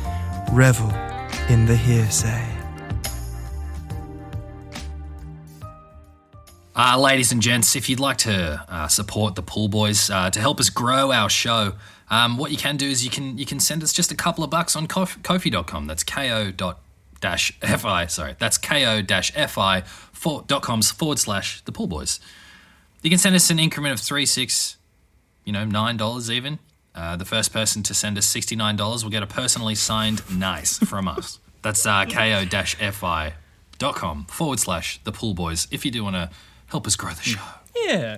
Revel in the hearsay. Uh, ladies and gents, if you'd like to uh, support the Pool Boys uh, to help us grow our show, um, what you can do is you can you can send us just a couple of bucks on kof- Kofi.com. That's ko dot dash fi. Sorry, that's ko dash fi for, dot coms forward slash the Pool Boys. You can send us an increment of three, six, you know, nine dollars even. Uh, the first person to send us sixty nine dollars will get a personally signed nice from [laughs] us. That's uh, ko dash fi dot com forward slash the Pool Boys. If you do want to help us grow the show. Yeah.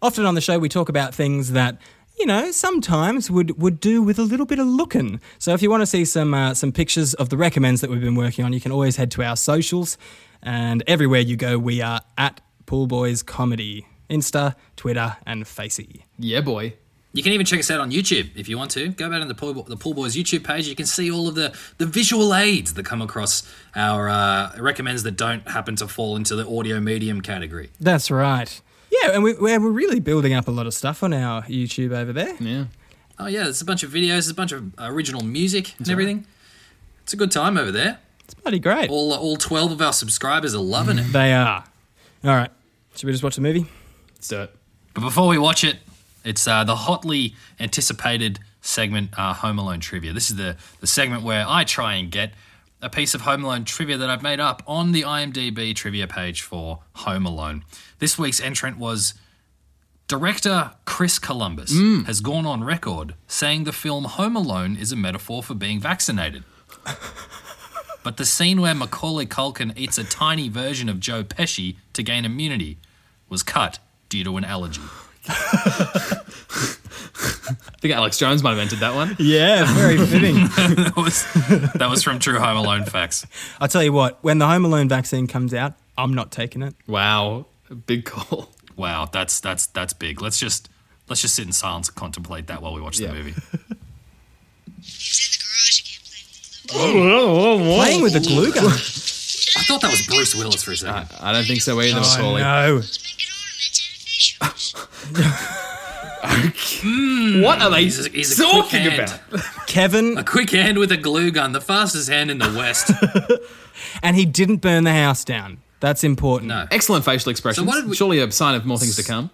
Often on the show, we talk about things that you know sometimes would would do with a little bit of looking. So if you want to see some uh, some pictures of the recommends that we've been working on, you can always head to our socials, and everywhere you go, we are at Pool Boys Comedy, Insta, Twitter, and Facey. yeah, boy. You can even check us out on YouTube if you want to. Go back on the Pool, the Pool Boys YouTube page. You can see all of the, the visual aids that come across our uh, recommends that don't happen to fall into the audio medium category. That's right. Yeah, and we, we're we're really building up a lot of stuff on our YouTube over there. Yeah. Oh, yeah, there's a bunch of videos, there's a bunch of original music and everything. It's a good time over there. It's bloody great. All, all 12 of our subscribers are loving it. They are. All right. Should we just watch the movie? Let's do it. But before we watch it, it's uh, the hotly anticipated segment, uh, Home Alone Trivia. This is the, the segment where I try and get a piece of Home Alone trivia that I've made up on the IMDb trivia page for Home Alone. This week's entrant was director Chris Columbus has gone on record saying the film Home Alone is a metaphor for being vaccinated. but the scene where Macaulay Culkin eats a tiny version of Joe Pesci to gain immunity was cut due to an allergy. [laughs] I think Alex Jones might have entered that one. [laughs] Yeah, very fitting. that was that was from True Home Alone facts. [laughs] I'll tell you what, when the Home Alone vaccine comes out, I'm not taking it. [laughs] Wow. Big call. Wow, that's that's that's big. Let's just let's just sit in silence and contemplate that while we watch Yeah. the movie. He's in the garage. I can't play with the glue. Playing with the glue gun. I thought that was Bruce Willis for a second. I don't think so either, Macaulay. no. Let's make an ornament out of fish. What are they He's a, he's a quick talking hand. about? Kevin, A quick hand with a glue gun, the fastest hand in the West. and he didn't burn the house down. That's important. No. Excellent facial expressions. So what did we- Surely a sign of more things to come.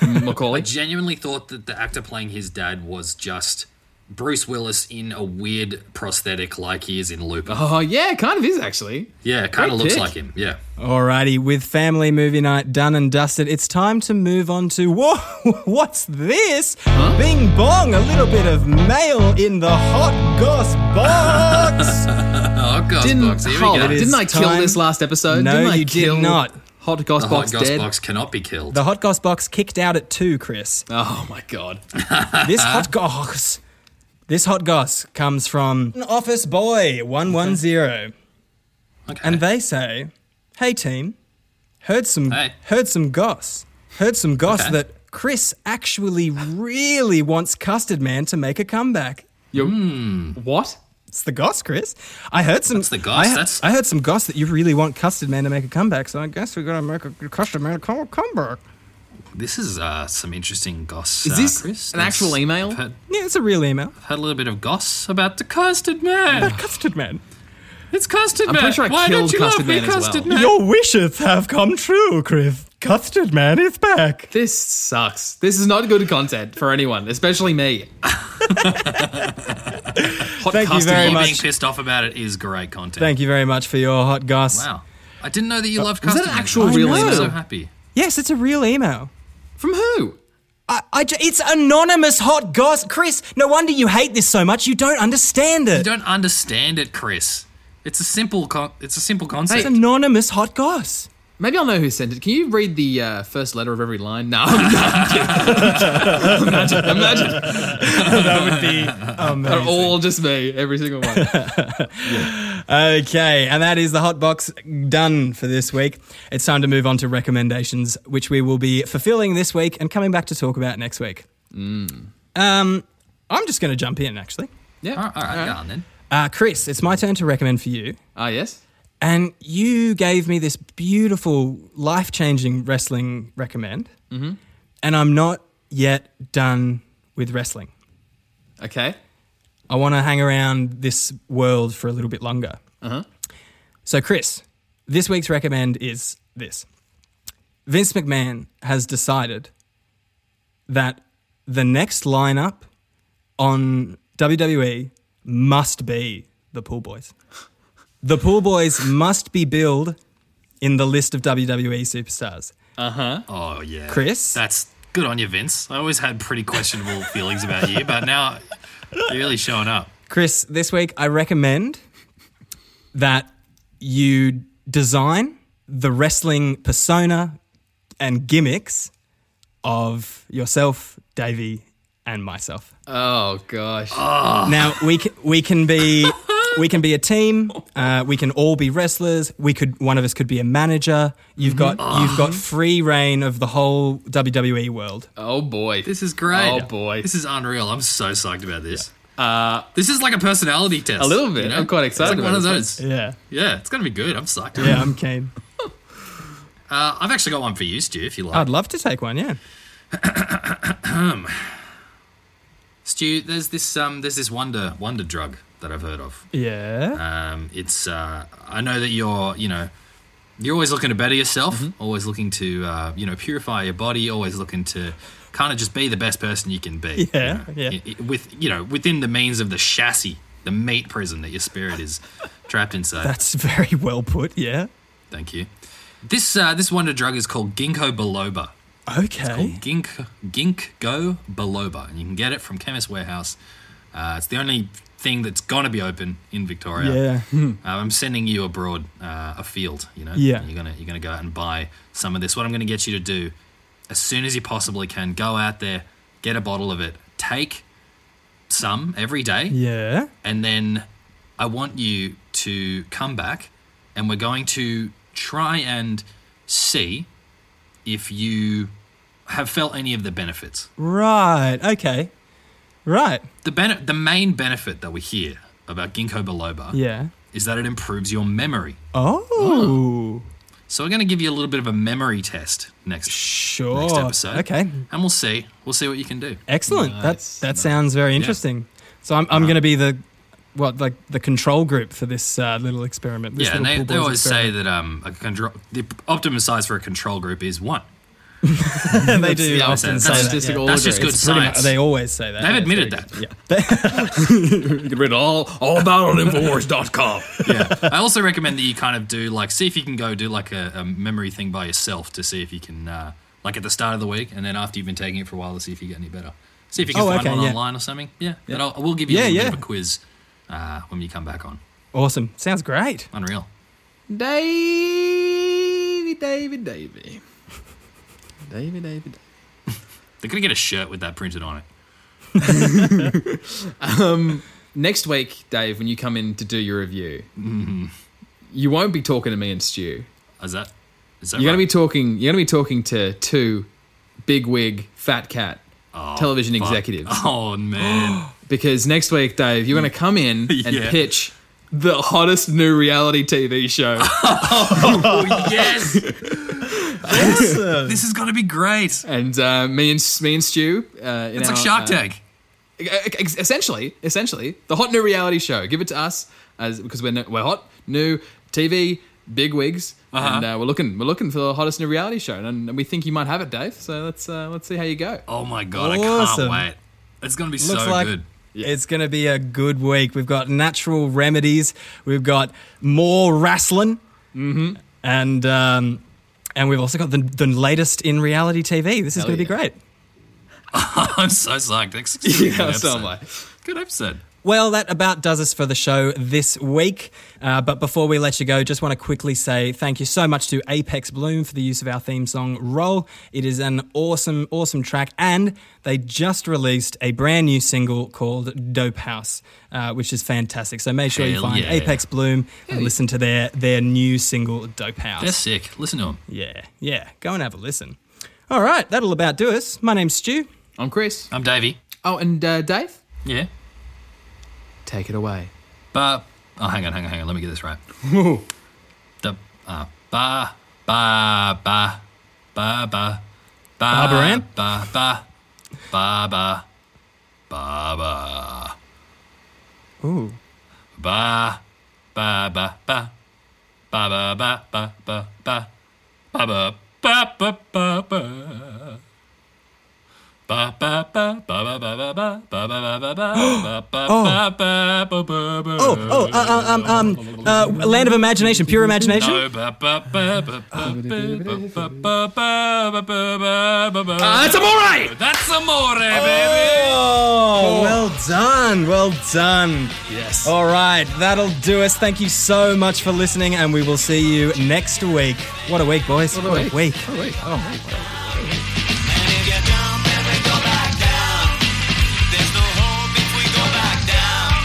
Macaulay. Genuinely thought that the actor playing his dad was just Bruce Willis in a weird prosthetic like he is in Looper. Oh yeah, kind of is actually. yeah, kind of looks pick. like him. Yeah. Alrighty, with family movie night done and dusted, it's time to move on to [laughs] whoa, what's this? Bing bong, a little bit of mail in the hot goss box. Oh, God, Didn't box. Here hold we on, go. It didn't is I kill time- this last episode? No, didn't I you did kill not. Hot Goss The hot Box goss dead. box cannot be killed. the hot goss box kicked out at two, Chris. Oh my god. This Uh-huh. hot goss, this hot goss comes from Office Boy One One Zero, and they say, "Hey team, heard some Hey. heard some goss, heard some goss Okay. that Chris actually really wants Custard Man to make a comeback." You what? It's the goss, Chris. I heard some. That's the goss, I, that's- I heard some goss that you really want Custard Man to make a comeback, so I guess we got to make a Custard Man come- comeback. This is uh, some interesting goss. Is uh, this Chris. an That's- actual email? I've had, Yeah, it's a real email. had a little bit of goss about the custard man. Custard Man. it's custard I'm man. pretty sure I Why killed don't you Custard love me, Man as well. custard man? Your wishes have come true, Chris. Custard Man is back. This sucks. This is not good content for anyone, especially me. Hot Thank you custard very You box. much. being pissed off about it is great content. Thank you very much for your hot goss. Wow. I didn't know that you loved Uh, Was custard that an man. actual I real know. I'm so email? happy. Yes, it's a real email. From who? I, I ju- it's anonymous hot goss. Chris, no wonder you hate this so much. You don't understand You it. don't understand it, Chris. It's a simple con- it's a simple concept. It's anonymous hot goss. Maybe I'll know who sent it. Can you read the uh, first letter of every line? No. I'm kidding. [laughs] imagine, imagine. That would be They're all just me, every single one. Okay, and that is the hot box done for this week. It's time to move on to recommendations, which we will be fulfilling this week and coming back to talk about next week. Mm. Um, I'm just going to jump in, actually. Yeah. all right, all right, go on then. Uh, Chris, it's my turn to recommend for you. Ah, yes. And you gave me this beautiful, life changing wrestling recommend. Mm-hmm. And I'm not yet done with wrestling. Okay. I want to hang around this world for a little bit longer. So, Chris, this week's recommend is this Vince McMahon has decided that the next lineup on WWE must be the Pool Boys. The Pool Boys must be billed in the list of WWE superstars. Oh yeah, Chris? That's good on you, Vince. I always had pretty questionable [laughs] feelings about you, but now you're really showing up. Chris, this week I recommend that you design the wrestling persona and gimmicks of yourself, Davey, and myself. Oh, gosh. Now we can, we can be we can be a team. Uh, we can all be wrestlers. We could one of us could be a manager. You've got you've got free reign of the whole WWE world. oh, boy. This is great. Oh, boy. this is unreal. I'm so psyched about this. Uh, this is like a personality test. A little bit. I'm quite It's like excited one about of this those. Yeah, Yeah, it's gonna be good. I'm psyched. yeah, I'm keen. Uh, I've actually got one for you, Stu, if you like. Oh. I'd love to take one. Yeah. Stu, there's this um, there's this wonder wonder drug that I've heard of. Yeah. Um, it's uh, I know that you're you know you're always looking to better yourself, Mm-hmm. always looking to uh, you know purify your body, always looking to kind of just be the best person you can be. you Yeah, know, yeah. i- i- with you know within the means of the chassis, the meat prison that your spirit [laughs] is trapped inside. That's very well put. Yeah. Thank you. This uh, this wonder drug is called ginkgo biloba. Okay. Gink Gink Go Biloba, and you can get it from Chemist Warehouse. Uh, it's the only thing that's gonna be open in Victoria. Yeah. Uh, I'm sending you abroad, uh, a field. You know, Yeah. And You're gonna you're gonna go out and buy some of this. What I'm gonna get you to do, as soon as you possibly can, go out there, get a bottle of it, take some every day, Yeah. and then I want you to come back and we're going to try and see if you have felt any of the benefits. Right. Okay. Right. The ben- the main benefit that we hear about ginkgo biloba Yeah. is that it improves your memory. Oh. So we're going to give you a little bit of a memory test next Sure. next episode. Okay. And we'll see. We'll see what you can do. Excellent. Nice, that that sounds very interesting. So I'm I'm going to be the what like the control group for this uh, little experiment. This yeah, and little they, Pool they Boys always say experiment. that um, a control, the optimum size for a control group is one. [laughs] they do the often opposite. say That's that. just yeah. all That's agree. just good It's Pretty much- science. they always say that. They've yeah. admitted that. You can read it all, all about it on Infowars.com. [laughs] I also recommend that you kind of do like see if you can go do like a, a memory thing by yourself to see if you can uh, like at the start of the week and then after you've been taking it for a while to see if you get any better. See if you can Oh, find okay, one yeah. online or something. Yeah, but I'll, we'll give you a Yeah, little yeah. bit of a quiz uh, when you come back on. Awesome. Sounds great. Unreal. Davey, Davey, Davey. Davey, Davey, Davey. They're gonna get a shirt with that printed on it. Next week, Dave, when you come in to do your review, Mm-hmm. you won't be talking to me and Stu. Is that? Is that You're right? gonna be talking. You're gonna be talking to two big wig fat cat television Oh, Fuck. executives [laughs] Oh man, because next week, [laughs] Dave, you're gonna come in and Yeah. pitch the hottest new reality TV show. [gasps] [laughs] yes, Awesome. this is gonna be great. and uh, me and me and Stu, uh, in It's like our, Shark uh, Tank. e- e- essentially, essentially the hot new reality show. Give it to us as because we're no, we're hot new TV big wigs, and uh, we're looking we're looking for the hottest new reality show, and, and we think you might have it, Dave. So let's uh, let's see how you go. Oh my god, Awesome. I can't wait. It's gonna be Looks so like good. [laughs] it's going to be a good week. We've got natural remedies. We've got more wrestling, mm-hmm. and um, and we've also got the the latest in reality TV. This is Hell going to yeah. be great. I'm so psyched. It's gonna be a good so am episode. I. Good episode. Well, that about does us for the show this week. Uh, but before we let you go, just want to quickly say thank you so much to Apex Bloom for the use of our theme song Roll. It is an awesome, awesome track. And they just released a brand new single called Dope House, uh, which is fantastic. So make sure you Hell find yeah. Apex Bloom and listen to their, their new single, Dope House. They're sick. Listen to them. Yeah, yeah. Go and have a listen. All right, that'll about do us. My name's Stu. I'm Chris. I'm Davey. Oh, and uh, Dave, Yeah. take it away. Ba. Oh, hang on, hang on, hang on. Let me get this right. the uh, ba ba ba ba ba ba Barbara Ann? ba ba ba ba ba ba Ooh. ba ba ba ba ba ba ba ba ba ba ba ba ba ba ba ba Ba ba ba ba ba ba ba ba ba ba ba ba ba ba ba ba ba ba ba Oh, oh, uh, um, um, uh, Land of Imagination, Pure Imagination. That's That's alright! amore, baby. Oh, well done, well done. Yes. All right, that'll do us. Thank you so much for listening, and we will see you next week. What a week, boys! What a, week. And if you down, then we go back down. There's no hope if we go back down.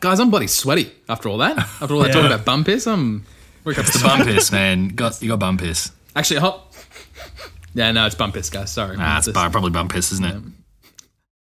Guys, I'm bloody sweaty after all that. After all that talk Yeah. about bum piss, I'm It's bum piss, man. Got you got bum piss. actually hot. Yeah, no, it's bum piss, guys. Sorry. Nah, it's bar- probably bum piss, isn't it?